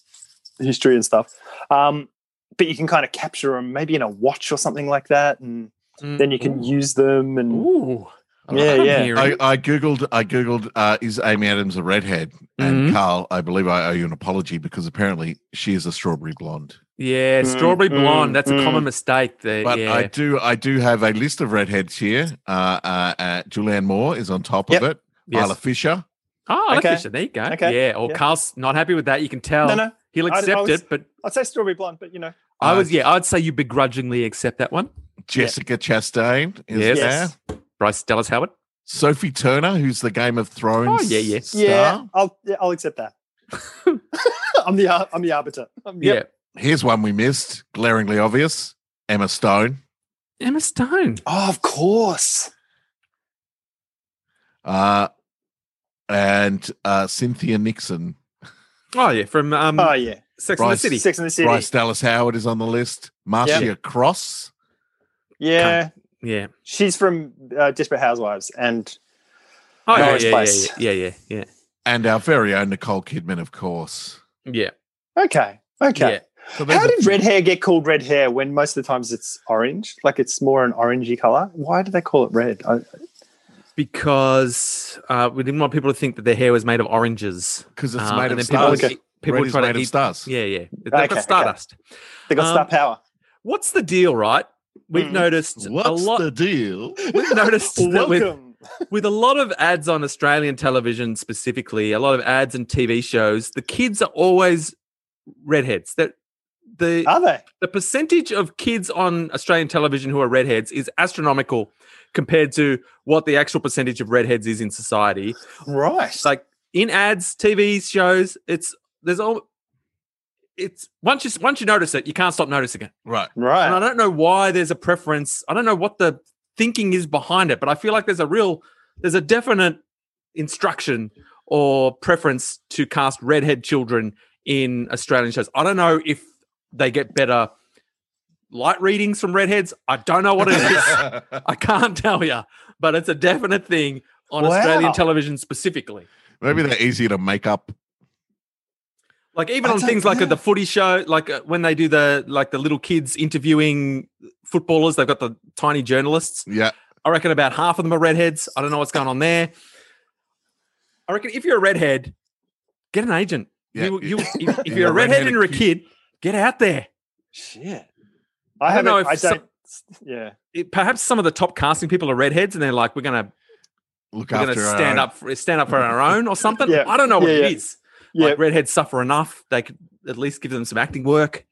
Speaker 4: history and stuff. Um, but you can kind of capture them, maybe in a watch or something like that, and
Speaker 3: Mm.
Speaker 4: then you can use them. And
Speaker 3: Ooh.
Speaker 4: yeah,
Speaker 3: I'm
Speaker 4: yeah,
Speaker 3: hearing-
Speaker 2: I, I googled. I googled. Uh, is Amy Adams a redhead? And
Speaker 3: Mhm.
Speaker 2: Carl, I believe I owe you an apology because apparently she is a strawberry blonde.
Speaker 3: yeah,
Speaker 4: Mm,
Speaker 3: strawberry
Speaker 4: mm,
Speaker 3: blonde. That's a
Speaker 4: mm.
Speaker 3: common mistake. There.
Speaker 2: But
Speaker 3: yeah.
Speaker 2: I do. I do have a list of redheads here. Uh, uh, uh, Julianne Moore is on top
Speaker 4: Yep.
Speaker 2: of it.
Speaker 3: Yes.
Speaker 2: Isla Fisher.
Speaker 3: oh, I like
Speaker 4: Okay.
Speaker 3: Fisher. There you go.
Speaker 4: Okay.
Speaker 3: Yeah. Or
Speaker 4: Yeah.
Speaker 3: Carl's not happy with that. You can tell.
Speaker 4: no, no,
Speaker 3: He'll
Speaker 4: I- I
Speaker 3: accept
Speaker 4: was-
Speaker 3: it, but
Speaker 4: I'd say strawberry blonde, but you know,
Speaker 3: I
Speaker 2: Uh,
Speaker 3: was. Yeah, I'd say you begrudgingly accept that one.
Speaker 2: Jessica Chastain is
Speaker 3: Yes.
Speaker 2: there.
Speaker 4: Yes.
Speaker 3: Bryce Dallas Howard.
Speaker 2: Sophie Turner, who's the Game of Thrones.
Speaker 3: Oh, yeah, yeah.
Speaker 2: star.
Speaker 4: yeah, I'll yeah, I'll accept that. I'm the ar- I'm the arbiter. I'm, yep.
Speaker 2: Here's one we missed, glaringly obvious. Emma Stone.
Speaker 3: Yeah. Emma Stone.
Speaker 4: Oh, of course.
Speaker 2: Uh, and uh, Cynthia Nixon.
Speaker 3: Oh yeah, from um,
Speaker 4: Oh yeah,
Speaker 3: Sex
Speaker 2: Bryce-
Speaker 3: and the City.
Speaker 4: Six in the City.
Speaker 2: Bryce Dallas Howard is on the list. Marcia Cross.
Speaker 4: Yeah,
Speaker 3: Yeah.
Speaker 4: she's from uh, Desperate Housewives, and
Speaker 3: Oh yeah,
Speaker 4: Melrose
Speaker 3: yeah,
Speaker 4: Place.
Speaker 3: yeah, yeah, yeah, yeah,
Speaker 2: And our very own Nicole Kidman, of course.
Speaker 3: yeah, yeah.
Speaker 4: okay, okay.
Speaker 2: So there's
Speaker 4: How
Speaker 2: a
Speaker 4: did
Speaker 2: few.
Speaker 4: red hair get called red hair when most of the times it's orange? Like it's more an orangey color. Why do they call it red? I,
Speaker 3: Because uh, we didn't want people to think that their hair was made of oranges.
Speaker 2: Because it's
Speaker 3: Um,
Speaker 2: made
Speaker 3: and
Speaker 2: of
Speaker 3: then people would
Speaker 2: stars.
Speaker 4: Okay.
Speaker 3: eat- People
Speaker 2: Red
Speaker 3: would
Speaker 2: is
Speaker 3: try
Speaker 2: made
Speaker 3: to
Speaker 2: of
Speaker 3: eat.
Speaker 2: stars.
Speaker 3: Yeah, yeah. They've
Speaker 4: Okay,
Speaker 3: got
Speaker 4: okay.
Speaker 3: stardust.
Speaker 4: they got star
Speaker 3: Um,
Speaker 4: power.
Speaker 3: What's the deal, right? We've
Speaker 4: Mm.
Speaker 3: noticed a
Speaker 2: What's
Speaker 3: lot.
Speaker 2: the deal?
Speaker 3: We've noticed that with
Speaker 4: Welcome.
Speaker 3: with a lot of ads on Australian television specifically, a lot of ads and TV shows, the kids are always redheads. That the
Speaker 4: Are they?
Speaker 3: the percentage of kids on Australian television who are redheads is astronomical compared to what the actual percentage of redheads is in society.
Speaker 4: Right.
Speaker 3: Like in ads, TV shows, it's there's all it's once you once you notice it, you can't stop noticing it.
Speaker 2: Right.
Speaker 4: right.
Speaker 3: And I don't know why there's a preference. I don't know what the thinking is behind it, but I feel like there's a real, there's a definite instruction or preference to cast redhead children in Australian shows. I don't know if they get better light readings from redheads. I don't know what it is. I can't tell you, but it's a definite thing on
Speaker 4: Wow.
Speaker 3: Australian television specifically.
Speaker 2: Maybe they're easier to make up.
Speaker 3: Like even
Speaker 4: I
Speaker 3: on
Speaker 4: don't
Speaker 3: things like uh,
Speaker 4: know.
Speaker 3: the footy show, like uh, when they do the like the little kids interviewing footballers, they've got the tiny journalists.
Speaker 2: Yeah.
Speaker 3: I reckon about half of them are redheads. I don't know what's going on there. I reckon if you're a redhead, get an agent.
Speaker 2: Yeah,
Speaker 3: You, you,
Speaker 2: yeah.
Speaker 3: if, if
Speaker 2: Yeah,
Speaker 3: you're a redhead
Speaker 2: redheaded
Speaker 3: and you're a
Speaker 2: kid.
Speaker 3: kid, get out there.
Speaker 4: Shit. I,
Speaker 3: I don't
Speaker 4: haven't.
Speaker 3: know
Speaker 4: I
Speaker 3: if
Speaker 4: don't.
Speaker 3: some-
Speaker 4: yeah.
Speaker 3: It- perhaps some of the top casting people are redheads, and they're like, "We're gonna,
Speaker 2: Look
Speaker 3: we're
Speaker 2: after uh,
Speaker 3: gonna
Speaker 2: our own.
Speaker 3: stand up, for, stand up for our own, or something."
Speaker 4: Yeah.
Speaker 3: I don't know what
Speaker 4: Yeah,
Speaker 3: it is.
Speaker 4: yeah. Yeah.
Speaker 3: Like redheads suffer enough; they could at least give them some acting work.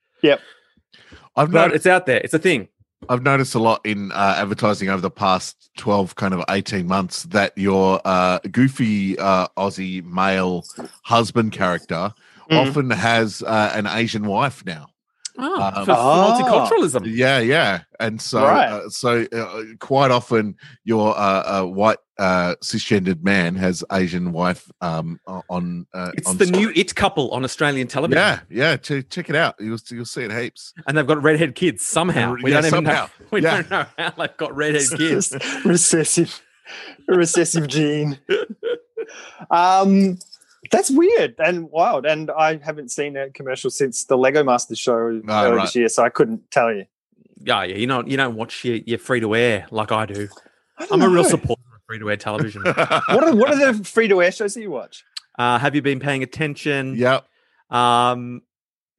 Speaker 2: I've
Speaker 3: No,
Speaker 2: not,
Speaker 3: it's out there. It's a thing.
Speaker 2: I've noticed a lot in uh, advertising over the past 12, kind of 18 months that your uh, goofy uh, Aussie male husband character
Speaker 3: Mm-hmm.
Speaker 4: Mm.
Speaker 2: often has uh, an Asian wife now.
Speaker 3: Oh,
Speaker 2: Um,
Speaker 3: for, for
Speaker 4: Ah.
Speaker 3: multiculturalism.
Speaker 2: Yeah, yeah. And so,
Speaker 4: Right.
Speaker 2: uh, so uh, quite often your uh, uh, white uh, cisgendered man has Asian wife um, o- on. Uh,
Speaker 3: It's
Speaker 2: on
Speaker 3: the
Speaker 2: screen.
Speaker 3: new it couple on Australian television,
Speaker 2: Yeah, yeah. Ch- check it out. You'll, you'll see it heaps.
Speaker 3: and they've got redhead kids somehow. We
Speaker 2: Yeah,
Speaker 3: don't even know.
Speaker 2: somehow.
Speaker 3: We
Speaker 2: Yeah.
Speaker 3: don't know how they've got redhead kids.
Speaker 4: recessive recessive gene um that's weird and wild and i haven't seen a commercial since the lego masters show
Speaker 2: Oh,
Speaker 4: earlier
Speaker 2: right.
Speaker 4: this year so i couldn't tell you
Speaker 3: Yeah, yeah. You don't you don't watch your, your free to air like I do.
Speaker 4: I
Speaker 3: I'm
Speaker 4: don't
Speaker 3: a real
Speaker 4: know.
Speaker 3: supporter of free to air television.
Speaker 4: what are, what are the free-to-air shows that you watch
Speaker 3: uh, have you been paying attention?
Speaker 2: Yep.
Speaker 3: Um,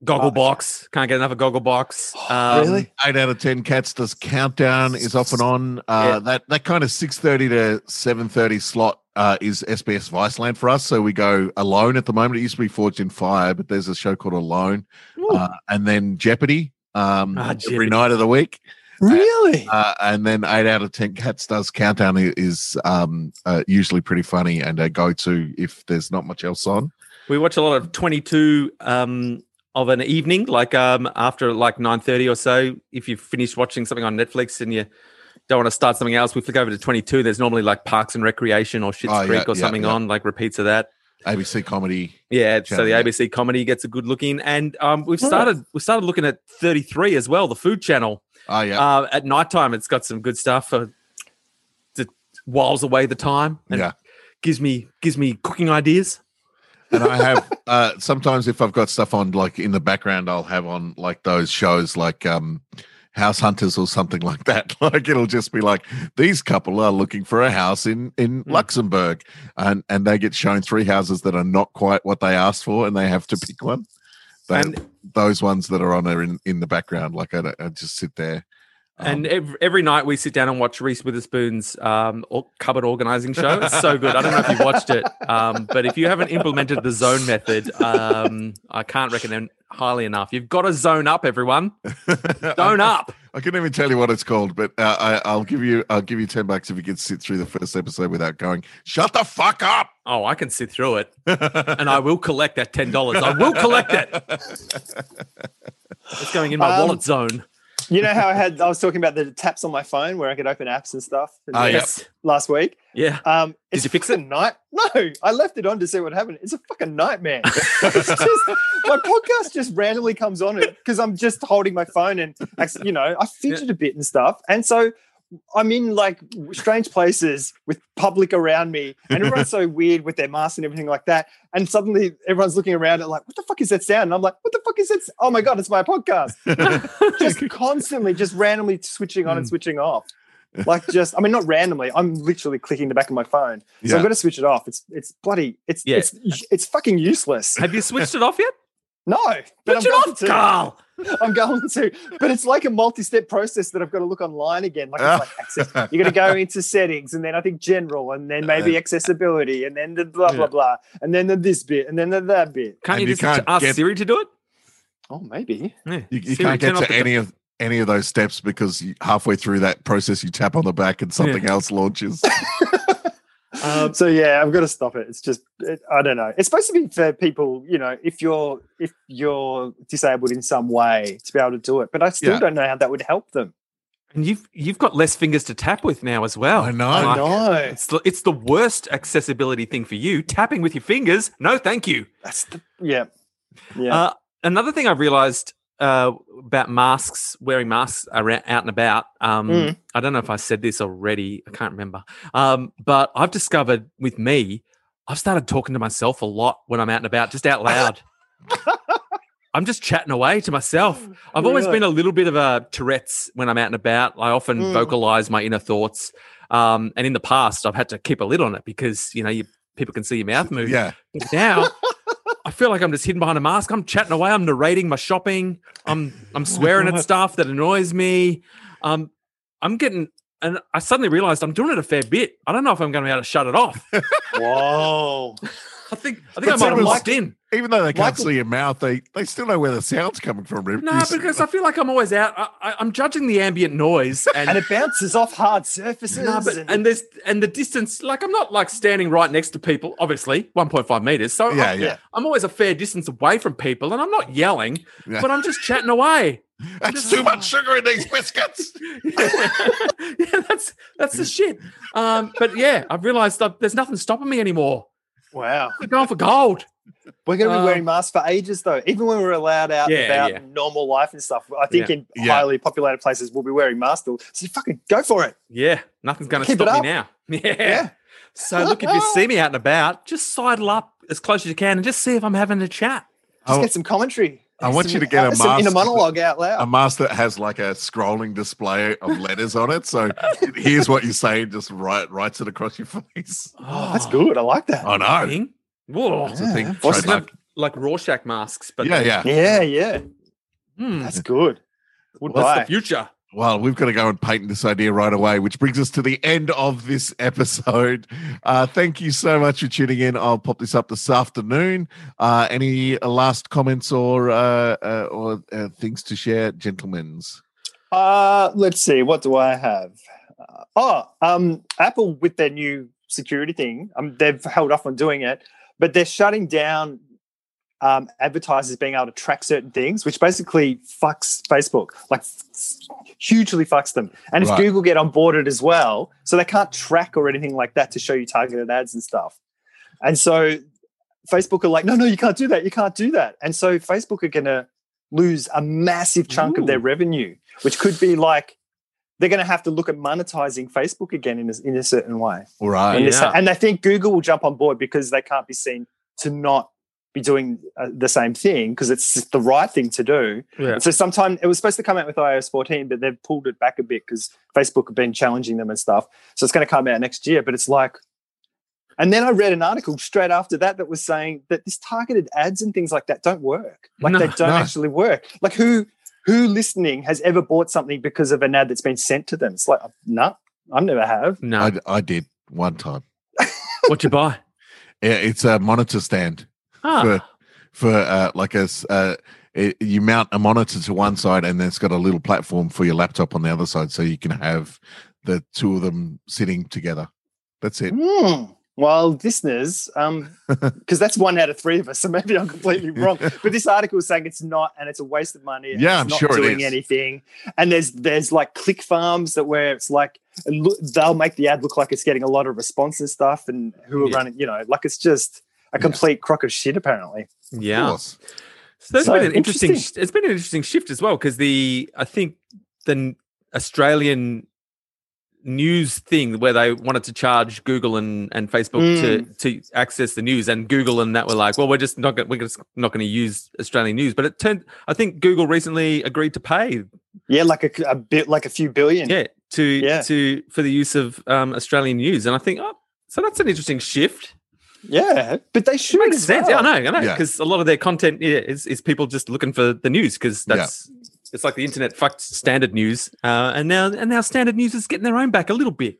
Speaker 3: Goggle
Speaker 4: Oh,
Speaker 3: box. Can't get enough of Goggle box. Um,
Speaker 4: really
Speaker 2: eight out of ten cats does countdown is off and on uh
Speaker 3: Yeah.
Speaker 2: that that kind of 6.30 to 7.30 slot uh is sbs viceland for us so we go alone at the moment it used to be fortune fire but there's a show called alone uh, and then jeopardy um
Speaker 3: Ah,
Speaker 2: every
Speaker 3: Jeopardy.
Speaker 2: night of the week
Speaker 4: really
Speaker 2: uh, and then eight out of ten cats does countdown i- is um uh, usually pretty funny and a go-to if there's not much else on
Speaker 3: We watch a lot of 22 um, of an evening, like um, after like 9.30 or so. If you've finished watching something on Netflix and you don't want to start something else, we flick over to 22. There's normally like Parks and Recreation or Shit's
Speaker 2: Oh, yeah,
Speaker 3: Creek or
Speaker 2: yeah,
Speaker 3: something
Speaker 2: yeah.
Speaker 3: on, like repeats of that.
Speaker 2: ABC comedy.
Speaker 3: Yeah, so
Speaker 2: Channel,
Speaker 3: the
Speaker 2: yeah.
Speaker 3: ABC comedy gets a good look in, and um, we've started we started looking at 33 as well, the Food Channel.
Speaker 2: Oh yeah,
Speaker 3: Uh, at nighttime, it's got some good stuff for to whiles away the time. And
Speaker 2: yeah.
Speaker 3: gives me gives me cooking ideas.
Speaker 2: And I have uh, sometimes if I've got stuff on like in the background, I'll have on like those shows like um, House Hunters or something like that. Like it'll just be like these couple are looking for a house in in
Speaker 3: Hmm.
Speaker 2: Luxembourg, and and they get shown three houses that are not quite what they asked for, and they have to pick one. They,
Speaker 3: And-
Speaker 2: those ones that are on are in, in the background. Like I, don't- I just sit there. Uh-huh.
Speaker 3: and every, every night we sit down and watch Reese Witherspoon's um, or- cupboard organizing show. It's so good. I don't know if you watched it, um, but if you haven't implemented the zone method, um, I can't recommend highly enough. You've got to zone up, everyone.
Speaker 2: um,
Speaker 3: Zone up.
Speaker 2: I couldn't even tell you what it's called, but uh, I, I'll give you I'll give you ten bucks if you can sit through the first episode without going. Shut the fuck up.
Speaker 3: Oh, I can sit through it, and I will collect that ten dollars. I will collect it. It's going in my
Speaker 4: Um,
Speaker 3: wallet zone.
Speaker 4: You know how I had I was talking about the taps on my phone where I could open apps and stuff in
Speaker 2: Oh,
Speaker 4: the-
Speaker 2: yeah.
Speaker 3: Yes.
Speaker 4: last week.
Speaker 3: Yeah.
Speaker 4: Um,
Speaker 3: Did
Speaker 4: it's
Speaker 3: you fix
Speaker 4: a fucking Night? No, I left it on to see what happened. It's a fucking nightmare. it's just my podcast just randomly comes on because I'm just holding my phone and ac- you know I fidget a bit and stuff, and so I'm in like strange places with public around me, and everyone's so weird with their masks and everything like that. And suddenly everyone's looking around at like, what the fuck is that sound? And I'm like, what the fuck is that? s- Oh my god, it's my podcast just constantly, just randomly switching
Speaker 3: Hmm.
Speaker 4: on and switching off. Like just, I mean, not randomly. I'm literally clicking the back of my phone, so
Speaker 2: Yeah.
Speaker 4: I've got to switch it off. It's it's bloody, it's
Speaker 3: Yeah.
Speaker 4: it's it's fucking useless.
Speaker 3: Have you switched it off yet?
Speaker 4: No, but I'm
Speaker 3: Switch it
Speaker 4: going
Speaker 3: off,
Speaker 4: to.
Speaker 3: Carl.
Speaker 4: I'm going to. But it's like a multi-step process that I've got to look online again. Like, it's like access. you're going to go into settings, and then I think general, and then
Speaker 3: Uh,
Speaker 4: maybe accessibility, and then the blah blah
Speaker 2: Yeah.
Speaker 4: blah, and then the this bit, and then the that bit.
Speaker 3: Can't
Speaker 2: And
Speaker 3: you
Speaker 2: you
Speaker 3: just
Speaker 2: can't
Speaker 3: ask
Speaker 2: get-
Speaker 3: Siri to do it?
Speaker 4: Oh, maybe.
Speaker 3: Yeah.
Speaker 2: You, you
Speaker 3: Siri,
Speaker 2: can't get
Speaker 3: turn off
Speaker 2: to
Speaker 3: the-
Speaker 2: any of any of those steps because you, halfway through that process, you tap on the back and something else launches.
Speaker 3: Um,
Speaker 4: so yeah, I've got to stop it. It's just it, I don't know. It's supposed to be for people, you know, if you're if you're disabled in some way to be able to do it. But I still
Speaker 2: Yeah.
Speaker 4: don't know how that would help them.
Speaker 3: And you've you've got less fingers to tap with now as well.
Speaker 2: I know.
Speaker 4: I
Speaker 3: Like,
Speaker 4: know.
Speaker 3: It's the, it's the worst accessibility thing for you. Tapping with your fingers. No, thank you.
Speaker 4: That's the yeah. Yeah.
Speaker 3: Uh, another thing I realized uh, about masks, wearing masks around, out and about. Um,
Speaker 4: Mm.
Speaker 3: I don't know if I said this already. I can't remember. Um, but I've discovered with me, I've started talking to myself a lot when I'm out and about, just out loud. I'm just chatting away to myself. I've always
Speaker 4: Mm. Really?
Speaker 3: been a little bit of a Tourette's when I'm out and about. I often
Speaker 4: Mm.
Speaker 3: vocalize my inner thoughts. Um, and in the past, I've had to keep a lid on it because, you know, you, people can see your mouth move.
Speaker 2: yeah,
Speaker 3: But now I feel like I'm just hidden behind a mask. I'm chatting away. I'm narrating my shopping. I'm I'm swearing at stuff that annoys me. Um, I'm getting and I suddenly realized I'm doing it a fair bit. I don't know if I'm going to be able to shut it off.
Speaker 4: Whoa.
Speaker 3: I think I think
Speaker 2: But so
Speaker 3: I might have
Speaker 2: was-
Speaker 3: locked in.
Speaker 2: even though they can't
Speaker 4: Michael-
Speaker 2: see your mouth, they they still know where the sound's coming from. Rip. You
Speaker 3: No,
Speaker 2: s- uh,
Speaker 3: because I feel like I'm always out. I, I, I'm judging the ambient noise and.
Speaker 4: And it bounces off hard surfaces.
Speaker 3: No, but
Speaker 4: and,
Speaker 3: and there's and the distance. Like I'm not like standing right next to people. Obviously, 1.5 meters. So
Speaker 2: yeah,
Speaker 3: I'm,
Speaker 2: yeah,
Speaker 3: I'm always a fair distance away from people, and I'm not yelling,
Speaker 2: Yeah.
Speaker 3: but I'm just chatting away.
Speaker 2: that's too much sugar in these biscuits.
Speaker 3: yeah, that's that's the shit. Um, but yeah, I've realised that there's nothing stopping me anymore.
Speaker 4: wow.
Speaker 3: I'm going for gold.
Speaker 4: We're gonna be
Speaker 3: Um,
Speaker 4: wearing masks for ages though. Even when we're allowed out
Speaker 3: Yeah,
Speaker 4: and about
Speaker 3: yeah.
Speaker 4: normal life and stuff. I think in
Speaker 2: Yeah.
Speaker 4: highly populated places we'll be wearing masks still. So fucking go for it.
Speaker 3: Yeah, nothing's going to
Speaker 4: Keep it
Speaker 3: stop
Speaker 4: up.
Speaker 3: me now. Yeah.
Speaker 4: Yeah.
Speaker 3: So look, if you see me out and about, just sidle up as close as you can and just see if I'm having a chat.
Speaker 4: Just
Speaker 2: I-
Speaker 4: get some commentary.
Speaker 2: I want
Speaker 4: Some-
Speaker 2: you to get a
Speaker 4: some
Speaker 2: mask
Speaker 4: inner
Speaker 2: that-
Speaker 4: monologue out loud.
Speaker 2: A mask that has like a scrolling display of letters on it. So here's what you say, and just write, writes it across your face.
Speaker 4: Oh, that's good. I like that.
Speaker 2: I know.
Speaker 3: Thing. Whoa.
Speaker 2: It's a thing.
Speaker 3: Or just
Speaker 2: trademark.
Speaker 3: have, like Rorschach masks, but
Speaker 2: yeah, yeah.
Speaker 4: Yeah, yeah.
Speaker 3: Hmm,
Speaker 4: That's good. Would
Speaker 3: that's
Speaker 4: buy.
Speaker 3: the future.
Speaker 2: Well, we've got to go and patent this idea right away, which brings us to the end of this episode. Uh, thank you so much for tuning in. I'll pop this up this afternoon. Uh, any last comments or uh, uh, or uh, things to share, gentlemen's?
Speaker 4: Uh, let's see. What do I have? Uh, oh, um, Apple with their new security thing. Um, they've held off on doing it, but they're shutting down um, advertisers being able to track certain things, which basically fucks Facebook. Like hugely fucks them. And if
Speaker 2: Right.
Speaker 4: Google get on boarded as well, so they can't track or anything like that to show you targeted ads and stuff. And so Facebook are like, no, no, you can't do that. You can't do that. And so Facebook are going to lose a massive chunk of their revenue, which could be like they're going to have to look at monetizing Facebook again in a, in a certain way.
Speaker 2: All right.
Speaker 4: And, this-
Speaker 3: yeah.
Speaker 4: and I think Google will jump on board because they can't be seen to not be doing uh, the same thing because it's the right thing to do.
Speaker 3: Yeah.
Speaker 4: So sometime it was supposed to come out with iOS 14, but they've pulled it back a bit because Facebook have been challenging them and stuff. So it's going to come out next year, but it's like, and then I read an article straight after that that was saying that this targeted ads and things like that don't work. Like
Speaker 3: No,
Speaker 4: they don't
Speaker 2: no.
Speaker 4: actually work. Like who who listening has ever bought something because of an ad that's been sent to them? It's like no, I never have.
Speaker 3: No.
Speaker 2: I, I did one time.
Speaker 3: what you buy?
Speaker 2: Yeah, it's a monitor stand
Speaker 3: Ah,
Speaker 2: for uh, like a. s- Uh, it, you mount a monitor to one side, and then it's got a little platform for your laptop on the other side, so you can have the two of them sitting together. That's it.
Speaker 4: Hmm. Well, listeners, um, because that's one out of three of us, so maybe I'm completely wrong. But this article is saying it's not, and it's a waste of money. and
Speaker 2: Yeah,
Speaker 4: it's
Speaker 2: I'm
Speaker 4: not
Speaker 2: sure it
Speaker 4: doing
Speaker 2: is.
Speaker 4: anything. And there's there's like click farms that where it's like it loo- they'll make the ad look like it's getting a lot of response and stuff, and who are
Speaker 3: Yeah.
Speaker 4: running, you know, like it's just a complete crock of shit. Apparently,
Speaker 2: Of
Speaker 3: yeah.
Speaker 2: course.
Speaker 3: So that's
Speaker 4: So,
Speaker 3: been an interesting,
Speaker 4: interesting.
Speaker 3: sh- It's been an interesting shift as well because the I think the n- Australian news thing where they wanted to charge Google and, and Facebook
Speaker 4: Mm.
Speaker 3: to to access the news and Google and that were like, well, we're just not gonna, we're just not going to use Australian news. But it turned. I think Google recently agreed to pay
Speaker 4: Mm. yeah, like a, a bit, like a few billion.
Speaker 3: yeah to
Speaker 4: Yeah.
Speaker 3: to for the use of um, Australian news, and I think oh, so that's an interesting shift.
Speaker 4: Yeah, but they should.
Speaker 3: makes
Speaker 4: as
Speaker 3: sense.
Speaker 4: well.
Speaker 3: Yeah, I know, I know,
Speaker 2: Yeah.
Speaker 3: because a lot of their content yeah, is is people just looking for the news because
Speaker 2: Yeah.
Speaker 3: that's it's like the internet fucked standard news, uh, and now and now standard news is getting their own back a little bit.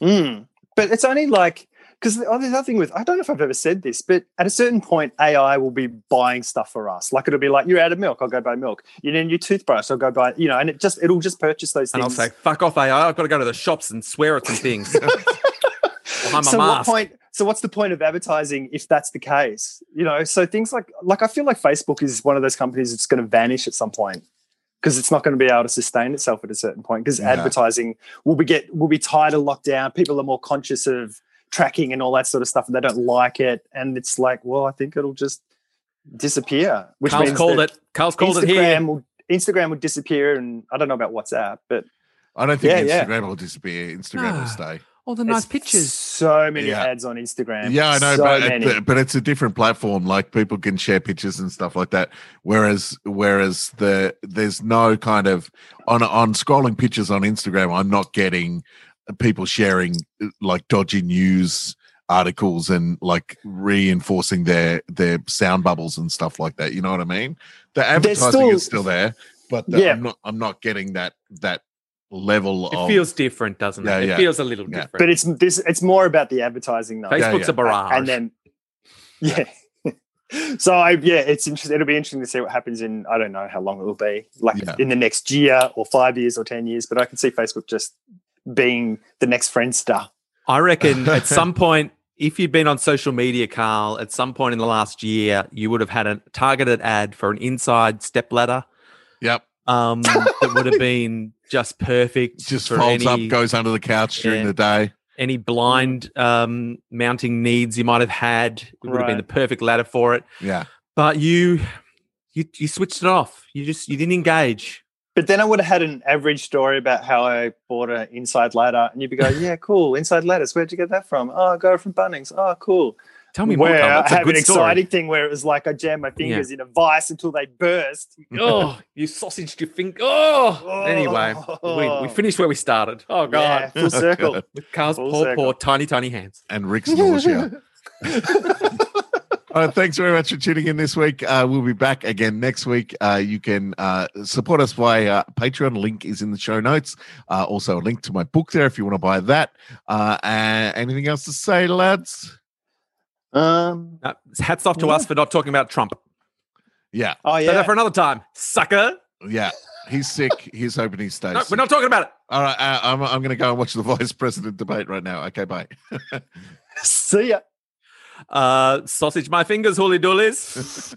Speaker 4: Mm. But it's only like because the other the other thing with I don't know if I've ever said this, but at a certain point, AI will be buying stuff for us. Like it'll be like, you're out of milk, I'll go buy milk. You need a new toothbrush, I'll go buy. You know, and it just it'll just purchase those
Speaker 3: And I'll
Speaker 4: things.
Speaker 3: say, "Fuck off, AI! I've got to go to the shops and swear at some things." Behind my mask.
Speaker 4: so what point? So what's the point of advertising if that's the case? You know, so things like like I feel like Facebook is one of those companies that's going to vanish at some point because it's not going to be able to sustain itself at a certain point because
Speaker 2: Yeah.
Speaker 4: advertising will be get will be tighter locked down. People are more conscious of tracking and all that sort of stuff, and they don't like it. And it's like, well, I think it'll just disappear. Which
Speaker 3: Carl's
Speaker 4: means
Speaker 3: called
Speaker 4: that
Speaker 3: it. Carl's called it here.
Speaker 4: Instagram will Instagram will disappear, and I don't know about WhatsApp, but
Speaker 2: I don't think
Speaker 4: Yeah, yeah. Ah.
Speaker 2: Instagram will disappear. Instagram
Speaker 3: No.
Speaker 2: will stay.
Speaker 3: All the
Speaker 4: there's So many
Speaker 2: Yeah.
Speaker 4: ads on Instagram.
Speaker 2: Yeah, I know,
Speaker 4: so
Speaker 2: but
Speaker 4: many.
Speaker 2: it, but it's a different platform. Like people can share pictures and stuff like that. Whereas whereas the there's no kind of on on scrolling pictures on Instagram. I'm not getting people sharing uh, like dodgy news articles and like reinforcing their their sound bubbles and stuff like that. You know what I mean? The
Speaker 4: There's
Speaker 2: advertising
Speaker 4: still-
Speaker 2: is still there, but the,
Speaker 4: Yeah.
Speaker 2: I'm not I'm not getting that that level
Speaker 3: It
Speaker 2: of
Speaker 3: feels different, doesn't it?
Speaker 2: Oh. Yeah,
Speaker 3: it
Speaker 2: yeah.
Speaker 3: feels a little
Speaker 2: Yeah.
Speaker 3: different.
Speaker 4: But it's this. It's more about the advertising though,
Speaker 3: Facebook's
Speaker 2: Yeah, yeah.
Speaker 3: a barrage.
Speaker 4: and then yeah. so I, yeah, it's interesting. It'll be interesting to see what happens in. I don't know how long it will be, like
Speaker 2: Yeah.
Speaker 4: in the next year or five years or ten years. But I can see Facebook just being the next Friendster.
Speaker 3: I reckon at some point, if you'd been on social media, Carl, at some point in the last year, you would have had a targeted ad for an inside stepladder
Speaker 2: yep.
Speaker 3: um, that would have been just perfect
Speaker 2: Just
Speaker 3: for
Speaker 2: folds
Speaker 3: any,
Speaker 2: up, goes under the couch during
Speaker 3: Yeah.
Speaker 2: the day.
Speaker 3: any blind um, mounting needs you might have had. It would have been
Speaker 4: Right.
Speaker 3: the perfect ladder for it.
Speaker 2: Yeah.
Speaker 3: But you, you, you switched it off. You just you didn't engage.
Speaker 4: But then I would have had an average story about how I bought an inside ladder, and you'd be going, "Yeah, cool, inside ladders. Where'd you get that from? Oh, I got it from Bunnings. Oh, cool."
Speaker 3: Tell me more.
Speaker 4: where
Speaker 3: Carl.
Speaker 4: I
Speaker 3: That's a
Speaker 4: have an
Speaker 3: good story.
Speaker 4: exciting thing where it was like I jam my fingers in a vice until they burst.
Speaker 3: oh, you sausaged your finger. Oh, anyway, we, we
Speaker 4: Oh.
Speaker 3: finished where we started. Oh God.
Speaker 4: Yeah, full circle.
Speaker 3: With Carl's
Speaker 4: Full
Speaker 3: poor,
Speaker 4: circle.
Speaker 3: poor, tiny, tiny hands.
Speaker 2: and Rick's nausea. All right, thanks very much for tuning in this week. Uh, we'll be back again next week. Uh, you can uh, support us via uh, Patreon. Link is in the show notes. Uh, also, a link to my book there if you want to buy that. Uh, and anything else to say, lads?
Speaker 4: Um.
Speaker 3: Uh, hats off to us for not talking about Trump.
Speaker 2: Yeah,
Speaker 4: Oh
Speaker 3: Save that
Speaker 4: yeah.
Speaker 3: for another time, sucker.
Speaker 2: yeah. He's sick. He's hoping he stays.
Speaker 3: No, we're not talking about it.
Speaker 2: All right, uh, I'm, I'm going to go and watch the vice president debate right now. Okay, bye.
Speaker 4: See ya.
Speaker 3: Uh, sausage my fingers, hooly doolies.